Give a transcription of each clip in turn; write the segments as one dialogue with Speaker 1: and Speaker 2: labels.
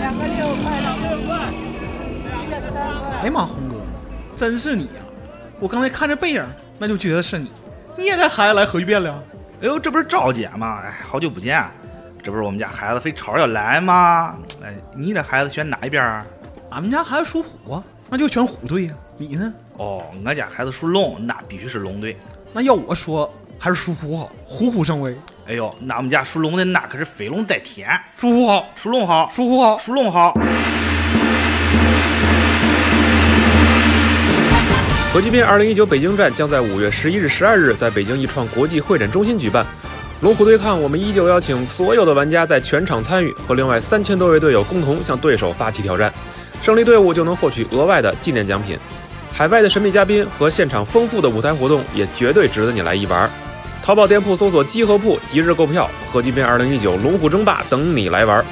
Speaker 1: 两个六块，两个六块，一个三块。
Speaker 2: 哎呀妈，红哥，真是你呀、啊我刚才看着背影，那就觉得是你。你也带孩子来河剧变了？
Speaker 3: 哎呦，这不是赵姐吗？哎，好久不见，这不是我们家孩子非吵着要来吗？哎，你这孩子选哪一边啊？
Speaker 2: 俺们家孩子属虎啊，那就选虎队呀、你呢？
Speaker 3: 哦，我家孩子属龙，那必须是龙队。
Speaker 2: 那要我说，还是属虎好，虎虎生威。
Speaker 3: 哎呦，那我们家属龙的那可是飞龙在天，
Speaker 2: 属虎好，
Speaker 3: 属龙好，
Speaker 2: 属虎好。
Speaker 3: 属龙好。
Speaker 4: 核聚变2019北京站将在5月11日、12日在北京一创国际会展中心举办。龙虎对抗，我们依旧邀请所有的玩家在全场参与，和另外三千多位队友共同向对手发起挑战，胜利队伍就能获取额外的纪念奖品。海外的神秘嘉宾和现场丰富的舞台活动也绝对值得你来一玩。淘宝店铺搜索“集合铺”即日购票，核聚变2019龙虎争霸等你来玩。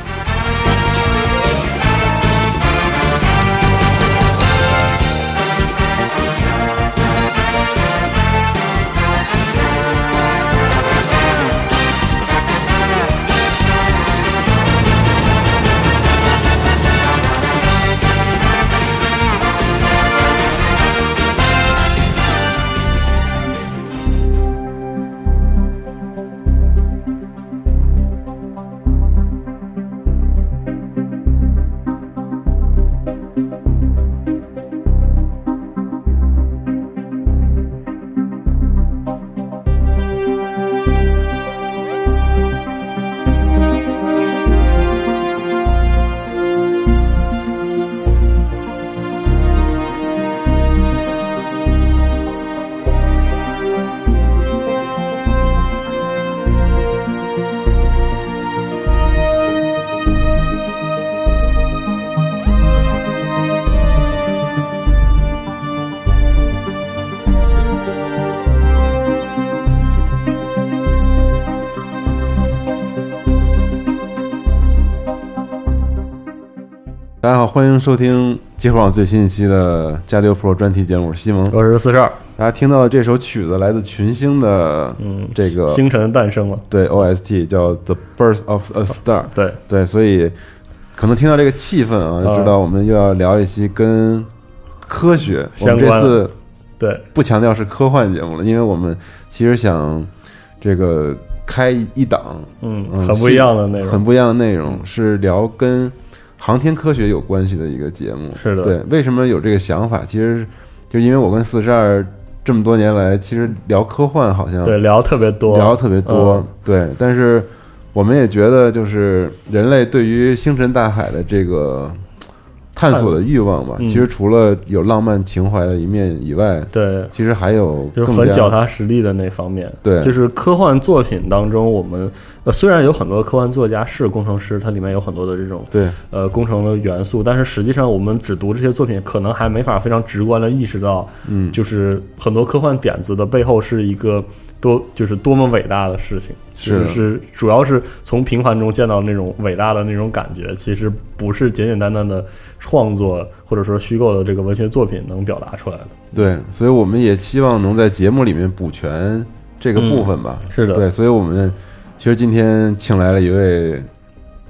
Speaker 5: 大家好，欢迎收听集合网最新一期的《加六 Pro》专题节目，我是西蒙。
Speaker 6: 我是四十二，
Speaker 5: 大家听到的这首曲子来自群星的
Speaker 6: 嗯，
Speaker 5: 这个
Speaker 6: 星辰诞生了，
Speaker 5: 对 OST 叫《The Birth of a Star》，
Speaker 6: 对，
Speaker 5: 对，所以可能听到这个气氛啊，就知道我们又要聊一期跟科学我们
Speaker 6: 相关
Speaker 5: 这次
Speaker 6: 对，
Speaker 5: 不强调是科幻节目了，因为我们其实想这个开一档
Speaker 6: 嗯，
Speaker 5: 嗯
Speaker 6: 很不一样的内
Speaker 5: 很
Speaker 6: 容，
Speaker 5: 不一样的内容，是聊跟航天科学有关系的一个节目。
Speaker 6: 是的
Speaker 5: 对，为什么有这个想法？其实就因为我跟四十二这么多年来，其实聊科幻好像
Speaker 6: 对，聊得特别多，
Speaker 5: 聊得特别多，
Speaker 6: 嗯
Speaker 5: 对，但是我们也觉得就是人类对于星辰大海的这个探索的欲望吧，
Speaker 6: 嗯
Speaker 5: 其实除了有浪漫情怀的一面以外，
Speaker 6: 对，
Speaker 5: 其实还有
Speaker 6: 就是
Speaker 5: 更
Speaker 6: 很
Speaker 5: 加
Speaker 6: 脚踏实地的那方面。
Speaker 5: 对
Speaker 6: 就是科幻作品当中，我们呃虽然有很多科幻作家是工程师，它里面有很多的这种
Speaker 5: 对
Speaker 6: 呃工程的元素，但是实际上我们只读这些作品，可能还没法非常直观的意识到，
Speaker 5: 嗯
Speaker 6: 就是很多科幻点子的背后是一个多就是多么伟大的事情，就是是是主要是从平凡中见到那种伟大的那种感觉，其实不是简简单单的创作或者说虚构的这个文学作品能表达出来的。
Speaker 5: 对，所以我们也希望能在节目里面补全这个
Speaker 6: 嗯
Speaker 5: 部分吧。
Speaker 6: 是的
Speaker 5: 对，所以我们其实今天请来了一位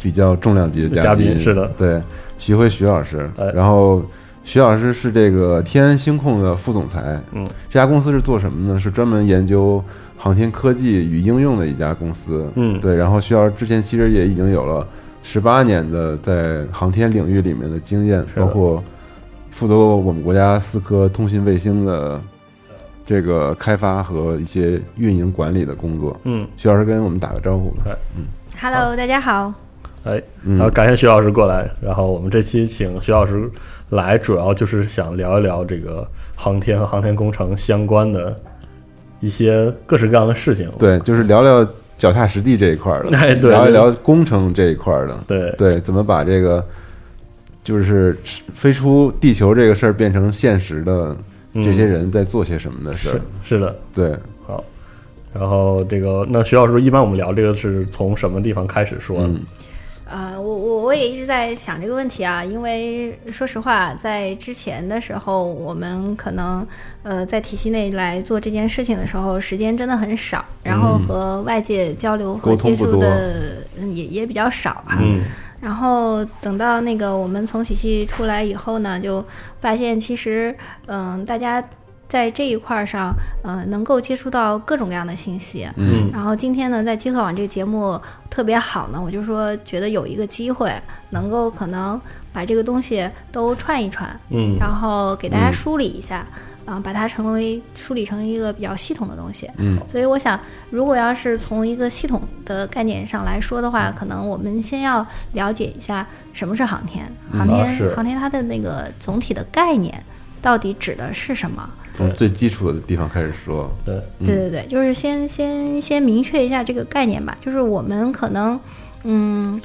Speaker 5: 比较重量级的
Speaker 6: 嘉
Speaker 5: 宾，
Speaker 6: 宾是的
Speaker 5: 对，徐辉徐老师
Speaker 6: 哎。
Speaker 5: 然后徐老师是这个天安星控的副总裁，
Speaker 6: 嗯，
Speaker 5: 这家公司是做什么呢？是专门研究航天科技与应用的一家公司，
Speaker 6: 嗯
Speaker 5: 对。然后徐老师之前其实也已经有了十八年的在航天领域里面的经验，
Speaker 6: 的
Speaker 5: 包括负责过我们国家四颗通信卫星的这个开发和一些运营管理的工作。
Speaker 6: 嗯，
Speaker 5: 徐老师跟我们打个招呼吧。
Speaker 7: Hello，大家好。
Speaker 6: 哎，
Speaker 5: 嗯
Speaker 6: 然后感谢徐老师过来。然后我们这期请徐老师来，主要就是想聊一聊这个航天和航天工程相关的一些各式各样的事情。
Speaker 5: 对，就是聊聊脚踏实地这一块儿的，
Speaker 6: 哎对
Speaker 5: 聊一
Speaker 6: 对
Speaker 5: 聊工程这一块儿的，
Speaker 6: 对
Speaker 5: 对，怎么把这个就是飞出地球这个事儿变成现实的，这些人在做些什么的事儿
Speaker 6: 嗯是。是的。
Speaker 5: 对，
Speaker 6: 好，然后这个那徐老师，一般我们聊这个是从什么地方开始说呢？
Speaker 5: 嗯
Speaker 7: 呃，我我我也一直在想这个问题啊，因为说实话，在之前的时候，我们可能呃在体系内来做这件事情的时候，时间真的很少，然后和外界交流和
Speaker 5: 嗯沟通
Speaker 7: 接
Speaker 5: 不
Speaker 7: 触
Speaker 5: 多
Speaker 7: 的嗯也也比较少啊。
Speaker 6: 嗯
Speaker 7: 然后等到那个我们从体系出来以后呢，就发现其实嗯、大家在这一块儿上，呃，能够接触到各种各样的信息。
Speaker 5: 嗯
Speaker 7: 然后今天呢，在极客网这个节目特别好呢，我就说觉得有一个机会能够可能把这个东西都串一串，
Speaker 6: 嗯
Speaker 7: 然后给大家梳理一下，啊、把它成为梳理成一个比较系统的东西。
Speaker 5: 嗯，
Speaker 7: 所以我想，如果要是从一个系统的概念上来说的话，
Speaker 6: 嗯
Speaker 7: 可能我们先要了解一下什么是航天，航天、
Speaker 6: 啊是
Speaker 7: 航天它的那个总体的概念到底指的是什么？
Speaker 5: 从最基础的地方开始说，
Speaker 6: 对，
Speaker 5: 嗯
Speaker 7: 对对对，就是先先先明确一下这个概念吧。就是我们可能，嗯，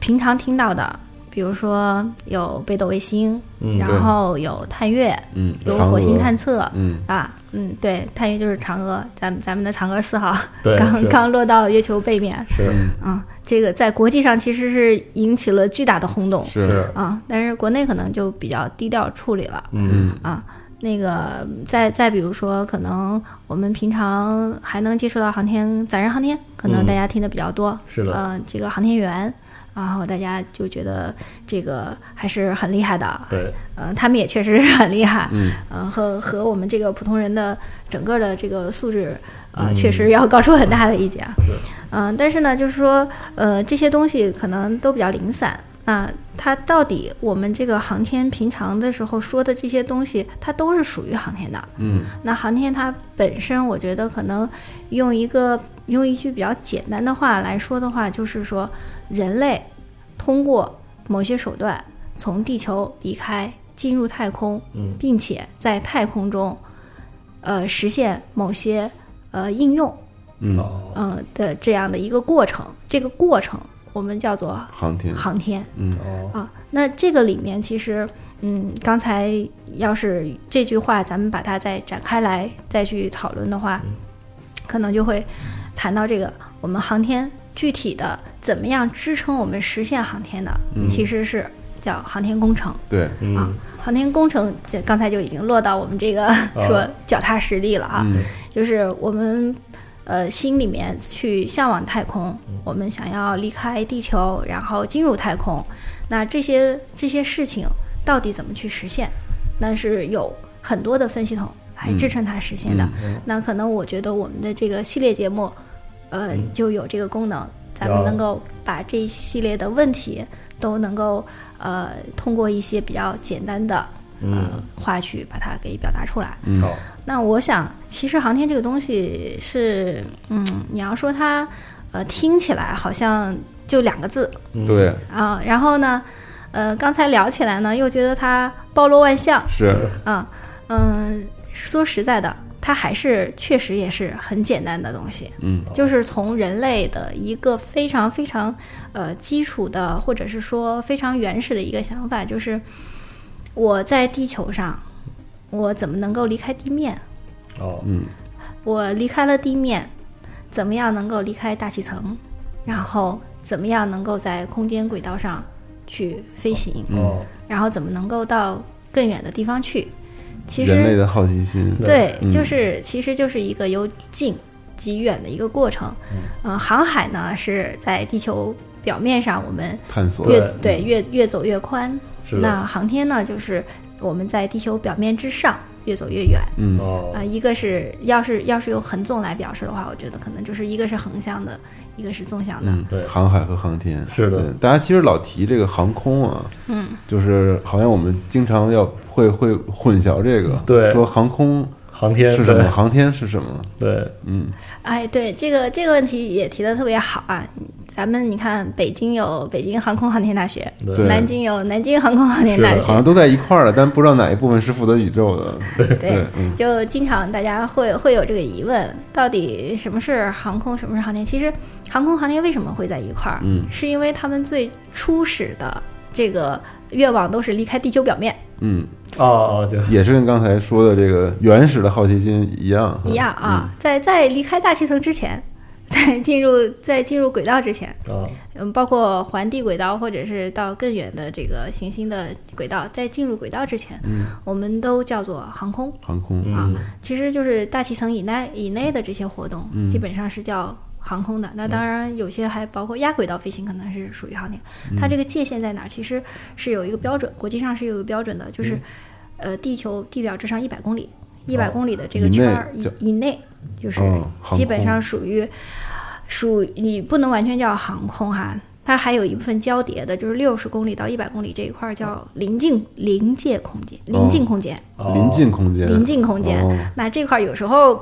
Speaker 7: 平常听到的，比如说有北斗卫星，
Speaker 6: 嗯
Speaker 7: 然
Speaker 5: 对
Speaker 7: 后有探月，
Speaker 5: 嗯，
Speaker 7: 有
Speaker 5: 嫦娥
Speaker 7: 火星探，测，
Speaker 5: 嗯，
Speaker 7: 啊，嗯，对，探月就是嫦娥，咱们咱们的嫦娥四号
Speaker 6: 对
Speaker 7: 刚
Speaker 6: 是
Speaker 7: 刚落到月球背面，
Speaker 6: 是
Speaker 7: 啊，这个在国际上其实是引起了巨大的轰动，
Speaker 5: 是，
Speaker 7: 啊，但是国内可能就比较低调处理了。
Speaker 6: 嗯
Speaker 7: 啊，那个再再比如说，可能我们平常还能接触到航天载人航天，可能
Speaker 6: 嗯
Speaker 7: 大家听的比较多，
Speaker 6: 是的
Speaker 7: 呃，这个航天员，然后大家就觉得这个还是很厉害的，
Speaker 6: 对
Speaker 7: 呃，他们也确实是很厉害，
Speaker 5: 嗯，
Speaker 7: 呃，和和我们这个普通人的整个的这个素质，呃，
Speaker 6: 嗯
Speaker 7: 确实要高出很大的一截。嗯、但是呢，就是说，呃，这些东西可能都比较零散。那它到底我们这个航天平常的时候说的这些东西，它都是属于航天的。
Speaker 5: 嗯
Speaker 7: 那航天它本身，我觉得可能用一个用一句比较简单的话来说的话，就是说人类通过某些手段从地球离开，进入太空，
Speaker 6: 嗯
Speaker 7: 并且在太空中，呃，实现某些呃应用，
Speaker 5: 嗯，
Speaker 6: 哦
Speaker 7: 嗯、的这样的一个过程。这个过程我们叫做
Speaker 5: 航天，
Speaker 7: 航天。
Speaker 5: 嗯
Speaker 6: 哦
Speaker 7: 啊，那这个里面其实，嗯，刚才要是这句话，咱们把它再展开来再去讨论的话，可能就会谈到这个我们航天具体的怎么样支撑我们实现航天的，其实是叫航天工程。
Speaker 5: 对，
Speaker 7: 啊
Speaker 6: 嗯，
Speaker 7: 航天工程这刚才就已经落到我们这个说脚踏实地了啊，
Speaker 5: 嗯
Speaker 7: 就是我们呃心里面去向往太空，我们想要离开地球，然后进入太空，那这些这些事情到底怎么去实现？那是有很多的分系统来支撑它实现的。那可能我觉得我们的这个系列节目，呃，就有这个功能，咱们
Speaker 6: 哦
Speaker 7: 能够把这一系列的问题都能够呃通过一些比较简单的呃话去把它给表达出来。
Speaker 5: 嗯
Speaker 6: 嗯好
Speaker 7: 那我想，其实航天这个东西是，嗯，你要说它，呃，听起来好像就两个字
Speaker 6: 嗯
Speaker 5: 对，
Speaker 7: 啊，然后呢，呃，刚才聊起来呢，又觉得它包罗万象
Speaker 5: 是，
Speaker 7: 啊，嗯，说实在的，它还是确实也是很简单的东西，
Speaker 5: 嗯
Speaker 7: 就是从人类的一个非常非常呃基础的，或者是说非常原始的一个想法，就是我在地球上，我怎么能够离开地面？
Speaker 6: 哦
Speaker 5: 嗯
Speaker 7: 我离开了地面，怎么样能够离开大气层？然后怎么样能够在空间轨道上去飞行？
Speaker 6: 哦
Speaker 7: 然后怎么能够到更远的地方去？其实
Speaker 5: 人类的好奇心，
Speaker 7: 对，
Speaker 5: 嗯
Speaker 7: 就是其实就是一个由近及远的一个过程。嗯、航海呢是在地球表面上我们
Speaker 5: 探索，
Speaker 7: 越对越越走越宽，
Speaker 5: 嗯
Speaker 6: 是的
Speaker 7: 那航天呢就是我们在地球表面之上越走越远。
Speaker 5: 嗯
Speaker 6: 哦
Speaker 7: 啊、一个是要是要是用横纵来表示的话，我觉得可能就是一个是横向的，一个是纵向的。
Speaker 5: 嗯，
Speaker 6: 对
Speaker 5: 航海和航天
Speaker 6: 是的
Speaker 5: 对大家其实老提这个航空啊，嗯，就是好像我们经常要会会混淆这个，
Speaker 6: 对
Speaker 5: 说航空
Speaker 6: 航天
Speaker 5: 是什么，航天是什么，
Speaker 6: 对对
Speaker 5: 嗯，
Speaker 7: 哎，对这个这个问题也提的特别好啊。咱们你看，北京有北京航空航天大学，
Speaker 5: 对
Speaker 7: 南京有南京航空航天大
Speaker 6: 是
Speaker 5: 好像
Speaker 7: 学，
Speaker 5: 都在一块儿了，但不知道哪一部分是负责宇宙的，
Speaker 7: 对，
Speaker 5: 嗯
Speaker 7: 就经常大家会会有这个疑问，到底什么是航空，什么是航天？其实航空航天为什么会在一块儿？
Speaker 5: 嗯
Speaker 7: 是因为他们最初始的这个愿望都是离开地球表面。
Speaker 5: 嗯，
Speaker 6: 哦哦就
Speaker 5: 也是跟刚才说的这个原始的好奇心一样，
Speaker 7: 一样啊，在在离开大气层之前，在进入在进入轨道之前，
Speaker 6: 啊
Speaker 7: 嗯，包括环地轨道或者是到更远的这个行星的轨道，在进入轨道之前，我们都叫做航空
Speaker 5: 航空，
Speaker 7: 啊
Speaker 5: 嗯
Speaker 6: 嗯，
Speaker 7: 其实就是大气层以内以内的这些活动，基本上是叫航空的。那当然，有些还包括亚轨道飞行，可能是属于航天。
Speaker 5: 嗯
Speaker 7: 它这个界限在哪儿？其实是有一个标准，国际上是有一个标准的，就是
Speaker 5: 嗯
Speaker 7: 呃，地球地表之上一百公里，一百公里的这个
Speaker 5: 哦以内
Speaker 7: 圈儿以
Speaker 5: 叫
Speaker 7: 以内，就是
Speaker 5: 哦航
Speaker 7: 基本
Speaker 5: 空
Speaker 7: 上属于属你不能完全叫航空哈。它还有一部分交叠的，就是六十公里到一百公里这一块儿叫临近临界空间，临近空间。
Speaker 6: 哦
Speaker 5: 临近空间，
Speaker 7: 临近空间。
Speaker 5: 哦
Speaker 7: 那这块儿有时候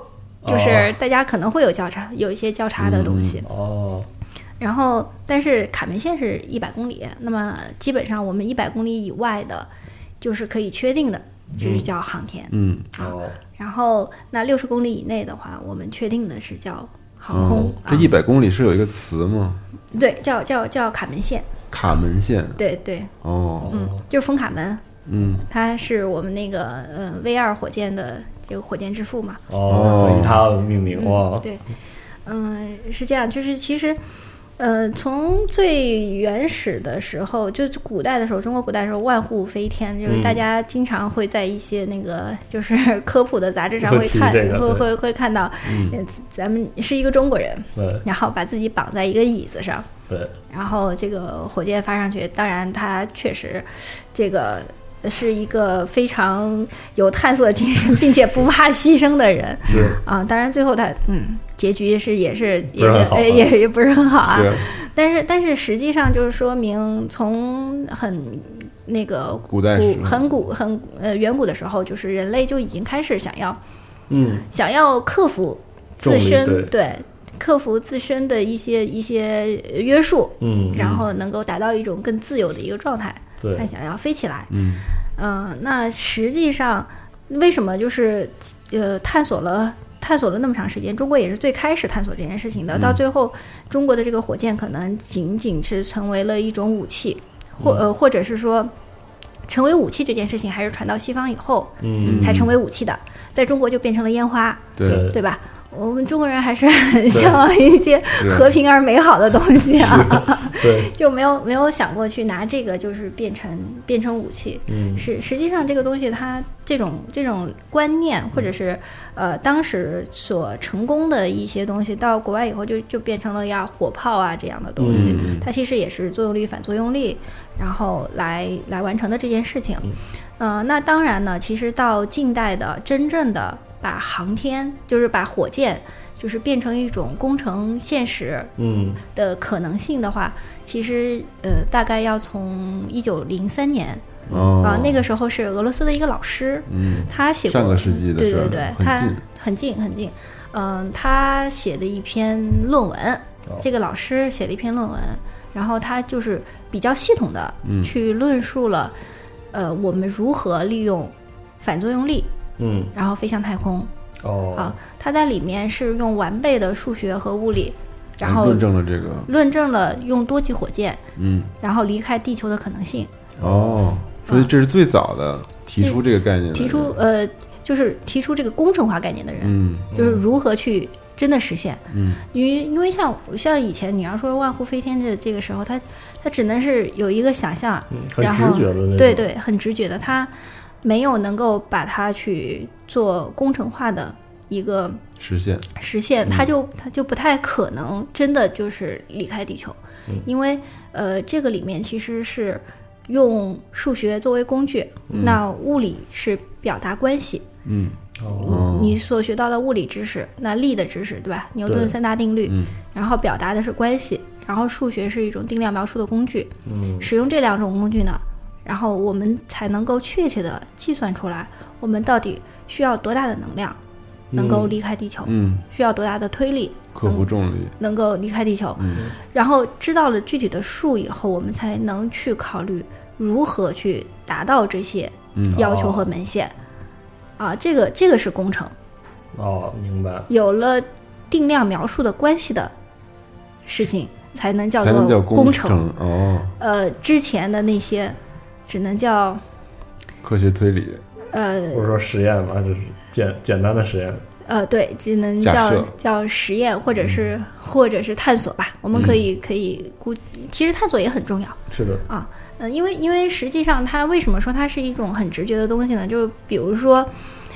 Speaker 7: 就
Speaker 6: 哦
Speaker 7: 是大家可能会有交叉，有一些交叉的东西。
Speaker 5: 嗯
Speaker 6: 哦，
Speaker 7: 然后，但是卡门线是一百公里，那么基本上我们一百公里以外的，就是可以确定的，就是叫航天。
Speaker 5: 嗯，
Speaker 6: 哦，
Speaker 7: 然后，那六十公里以内的话，我们确定的是叫航空
Speaker 5: 哦。这一、百公里是有一个词吗？
Speaker 7: 啊、对，叫叫叫卡门线。
Speaker 5: 卡门线。
Speaker 7: 对对，
Speaker 5: 哦，
Speaker 7: 嗯，就是风卡门，
Speaker 5: 嗯，
Speaker 7: 它是我们那个呃 V 二火箭的这个火箭之父嘛。
Speaker 6: 哦，所以它命名哇
Speaker 7: 嗯，对，嗯、是这样，就是其实，呃，从最原始的时候，就是古代的时候，中国古代的时候，万户飞天，就是
Speaker 6: 嗯
Speaker 7: 大家经常会在一些那个就是 科普的杂志上
Speaker 6: 会
Speaker 7: 会
Speaker 6: 提
Speaker 7: 看，
Speaker 6: 这个
Speaker 7: 会
Speaker 6: 对嗯
Speaker 7: 会会看到，呃咱们是一个中国人，
Speaker 6: 对
Speaker 7: 然后把自己绑在一个椅子上。
Speaker 6: 对，
Speaker 7: 然后这个火箭发上去，当然它确实，这个是一个非常有探索精神，并且不怕牺牲的人。
Speaker 6: 是
Speaker 7: 啊，当然最后他嗯，结局是也是也
Speaker 6: 不是很
Speaker 7: 是
Speaker 6: 好啊
Speaker 7: 呃也也不是很好啊。
Speaker 6: 是
Speaker 7: 但是但是实际上就是说明从很那个
Speaker 5: 古代时候
Speaker 7: 很古很呃远古的时候，就是人类就已经开始想要
Speaker 6: 嗯，
Speaker 7: 想要克服
Speaker 6: 重
Speaker 7: 自
Speaker 6: 力
Speaker 7: 身
Speaker 6: 对
Speaker 7: 克服自身的一些一些呃约束，
Speaker 6: 嗯
Speaker 7: 然后能够达到一种更自由的一个状态。
Speaker 6: 对
Speaker 7: 他想要飞起来。
Speaker 5: 嗯
Speaker 7: 呃，那实际上为什么就是呃探索了探索了那么长时间，中国也是最开始探索这件事情的，到最后中国的这个火箭可能仅仅是成为了一种武器，或呃或者是说。成为武器这件事情，还是传到西方以后
Speaker 6: 嗯，
Speaker 7: 才成为武器的，在中国就变成了烟花，
Speaker 5: 对，
Speaker 7: 对吧？我们中国人还是很向往一些和
Speaker 5: 嗯
Speaker 7: 平而美好的东西啊。
Speaker 6: 对，
Speaker 7: 就没有没有想过去拿这个就是变成变成武器。
Speaker 6: 嗯
Speaker 7: 实实际上这个东西它这种这种观念或者是呃当时所成功的一些东西，到国外以后就就变成了呀火炮啊这样的东西，
Speaker 5: 嗯
Speaker 7: 它其实也是作用力反作用力，然后来来完成的这件事情。呃，那当然呢，其实到近代的真正的把航天就是把火箭。就是变成一种工程现实，
Speaker 6: 嗯，
Speaker 7: 的可能性的话，其实呃，大概要从一九零三年
Speaker 5: 哦
Speaker 7: 啊、，那个时候是俄罗斯的一个老师，
Speaker 5: 嗯，
Speaker 7: 他写过
Speaker 5: 上个世纪的
Speaker 7: 对
Speaker 5: 事儿
Speaker 7: 对对，
Speaker 5: 很
Speaker 7: 他
Speaker 5: 近
Speaker 7: 很近很近，嗯、他写的一篇论文，
Speaker 5: 哦
Speaker 7: 这个老师写了一篇论文，然后他就是比较系统的
Speaker 5: 嗯
Speaker 7: 去论述了，呃，我们如何利用反作用力，
Speaker 6: 嗯，
Speaker 7: 然后飞向太空啊
Speaker 6: 哦，，
Speaker 7: 他在里面是用完备的数学和物理。然后
Speaker 5: 嗯论证了这个，
Speaker 7: 论证了用多级火箭，
Speaker 5: 嗯，
Speaker 7: 然后离开地球的可能性，
Speaker 5: 哦，所以这是最早的提出这个概念的人，
Speaker 7: 啊提出呃，就是提出这个工程化概念的人，
Speaker 5: 嗯
Speaker 7: 就是如何去真的实现。
Speaker 5: 嗯，
Speaker 7: 因为因为像像以前你要说万户飞天这这个时候，它它只能是有一个想象，
Speaker 6: 很
Speaker 7: 然
Speaker 6: 直
Speaker 7: 后
Speaker 6: 觉的那种，
Speaker 7: 对，对，很直觉的，它没有能够把它去做工程化的一个
Speaker 5: 实现，
Speaker 7: 实现，它就它就不太可能真的就是离开地球，因为呃，这个里面其实是用数学作为工具，嗯那物理是表达关系，
Speaker 5: 嗯，
Speaker 6: 哦
Speaker 7: 你所学到的物理知识，那力的知识，对吧？牛
Speaker 6: 对
Speaker 7: 顿三大定律，
Speaker 5: 嗯
Speaker 7: 然后表达的是关系，然后数学是一种定量描述的工具，
Speaker 6: 嗯
Speaker 7: 使用这两种工具呢，然后我们才能够确切的计算出来，我们到底需要多大的能量能够离开地球。
Speaker 5: 嗯，
Speaker 7: 需要多大的推力
Speaker 5: 克服重力，
Speaker 7: 能够离开地球，
Speaker 5: 嗯
Speaker 7: 然后知道了具体的数以后，我们才能去考虑如何去达到这些
Speaker 5: 嗯
Speaker 7: 要求和门限。啊，这个这个是工程，
Speaker 6: 哦，明白，
Speaker 7: 有了定量描述的关系的事情，才能叫
Speaker 5: 才能叫
Speaker 7: 做
Speaker 5: 工
Speaker 7: 程。
Speaker 5: 哦，
Speaker 7: 呃，之前的那些只能叫
Speaker 5: 科学推理，
Speaker 7: 呃
Speaker 6: 或者说实验吧，就是简简单的实验，
Speaker 7: 呃，对，只能
Speaker 5: 假
Speaker 7: 叫
Speaker 5: 设
Speaker 7: 叫实验，或者是、
Speaker 6: 嗯
Speaker 7: 或者是探索吧。我们可以、可以估，其实探索也很重要。
Speaker 6: 是的，
Speaker 7: 啊，嗯、因为因为实际上它为什么说它是一种很直觉的东西呢？就比如说，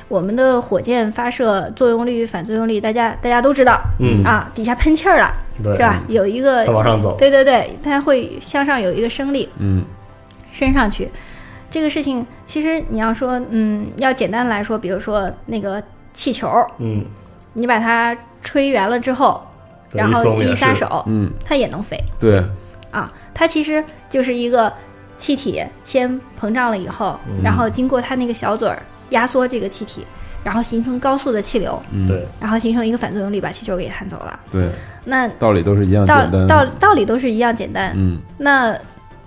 Speaker 7: 我们的火箭发射作用力与反作用力，大家大家都知道，
Speaker 6: 嗯
Speaker 7: 啊，底下喷气儿了，
Speaker 6: 对
Speaker 7: 是吧？有一个
Speaker 6: 它往上走
Speaker 7: 对对对，它会向上有一个升力
Speaker 5: 嗯
Speaker 7: 升上去。这个事情其实你要说，嗯，要简单来说，比如说那个气球，
Speaker 6: 嗯，
Speaker 7: 你把它吹圆了之后，
Speaker 6: 对
Speaker 7: 然后
Speaker 6: 松也
Speaker 7: 一
Speaker 6: 是
Speaker 7: 撒手，
Speaker 5: 嗯，
Speaker 7: 它也能飞。
Speaker 5: 对，
Speaker 7: 啊，它其实就是一个气体先膨胀了以后，然后经过它那个小嘴儿压缩这个气体，然后形成高速的气流，
Speaker 5: 嗯
Speaker 6: 对，
Speaker 7: 然后形成一个反作用力把气球给弹走了。
Speaker 5: 对，
Speaker 7: 那
Speaker 5: 道理都是一样
Speaker 7: 道
Speaker 5: 简单。
Speaker 7: 道道理都是一样简单。
Speaker 5: 嗯，
Speaker 7: 那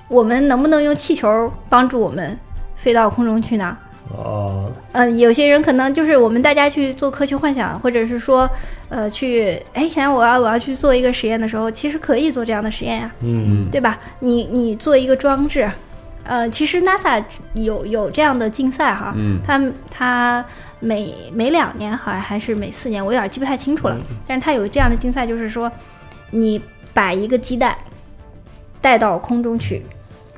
Speaker 7: 我们能不能用气球帮助我们飞到空中去呢？
Speaker 6: 哦，
Speaker 7: 嗯，有些人可能就是我们大家去做科学幻想，或者是说，呃，去哎，想想我要我要去做一个实验的时候，其实可以做这样的实验呀、
Speaker 6: 嗯，
Speaker 7: 对吧？你你做一个装置，呃，其实 NASA 有有这样的竞赛哈，
Speaker 5: 嗯
Speaker 7: 它它每每两年好像还是每四年，我有点记不太清楚了，但是它有这样的竞赛，就是说你把一个鸡蛋带到空中去，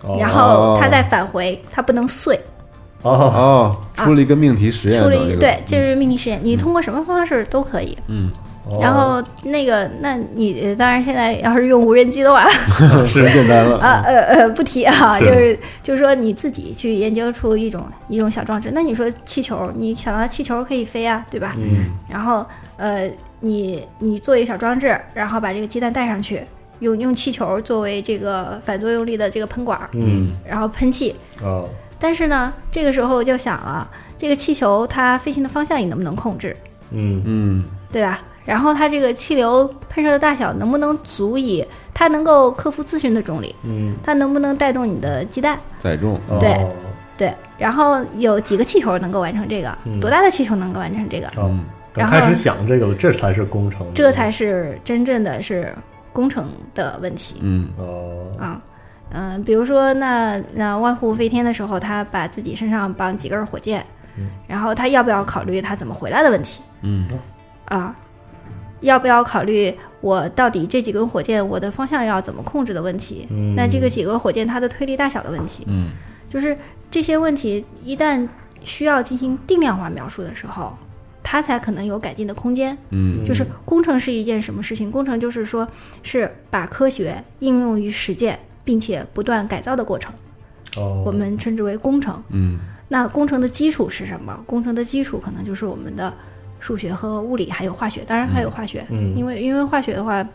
Speaker 6: 哦
Speaker 7: 然后它再返回，它不能碎。
Speaker 6: 哦，
Speaker 5: 哦，出了一个命题实验，
Speaker 7: 出了
Speaker 5: 搞
Speaker 7: 一
Speaker 5: 这个
Speaker 7: 对，这是命题实验，你通过什么方式都可以。
Speaker 5: 嗯，
Speaker 6: 哦
Speaker 7: 然后那个，那你呃当然现在要是用无人机的话，
Speaker 5: 嗯是简单了。
Speaker 7: 啊呃呃，不提啊，
Speaker 6: 是
Speaker 7: 就是就是说你自己去研究出一种一种小装置。那你说气球，你想到气球可以飞啊，对吧？
Speaker 6: 嗯，
Speaker 7: 然后呃，你你做一个小装置，然后把这个鸡蛋带上去，用用气球作为这个反作用力的这个喷管，
Speaker 6: 嗯，
Speaker 7: 然后喷气。
Speaker 6: 哦，
Speaker 7: 但是呢，这个时候就想了，这个气球它飞行的方向你能不能控制，
Speaker 6: 嗯，
Speaker 5: 嗯，
Speaker 7: 对吧？然后它这个气流喷射的大小能不能足以，它能够克服自身的重力，
Speaker 6: 嗯，
Speaker 7: 它能不能带动你的鸡蛋？
Speaker 5: 载重，
Speaker 6: 哦
Speaker 7: 对，对，然后有几个气球能够完成这个，
Speaker 6: 嗯
Speaker 7: 多大的气球能够完成这
Speaker 5: 嗯
Speaker 7: 个？
Speaker 6: 哦，等
Speaker 7: 然后
Speaker 6: 开始想这个了，这才是工程，
Speaker 7: 这才是真正的是工程的问题
Speaker 5: 嗯
Speaker 6: 哦，
Speaker 7: 啊。嗯、比如说那那万户飞天的时候，他把自己身上绑几根火箭，然后他要不要考虑他怎么回来的问题
Speaker 5: 嗯
Speaker 7: 啊？要不要考虑我到底这几根火箭我的方向要怎么控制的问题？
Speaker 6: 嗯
Speaker 7: 那这个几个火箭它的推力大小的问题，
Speaker 5: 嗯
Speaker 7: 就是这些问题一旦需要进行定量化描述的时候，它才可能有改进的空间。
Speaker 5: 嗯
Speaker 7: 就是工程是一件什么事情？工程就是说是把科学应用于实践，并且不断改造的过程，
Speaker 6: 哦，
Speaker 7: 我们称之为工程。
Speaker 5: 嗯
Speaker 7: 那工程的基础是什么？工程的基础可能就是我们的数学和物理，还有化学，当然还有化学，
Speaker 6: 嗯
Speaker 7: 因为因为化学的话。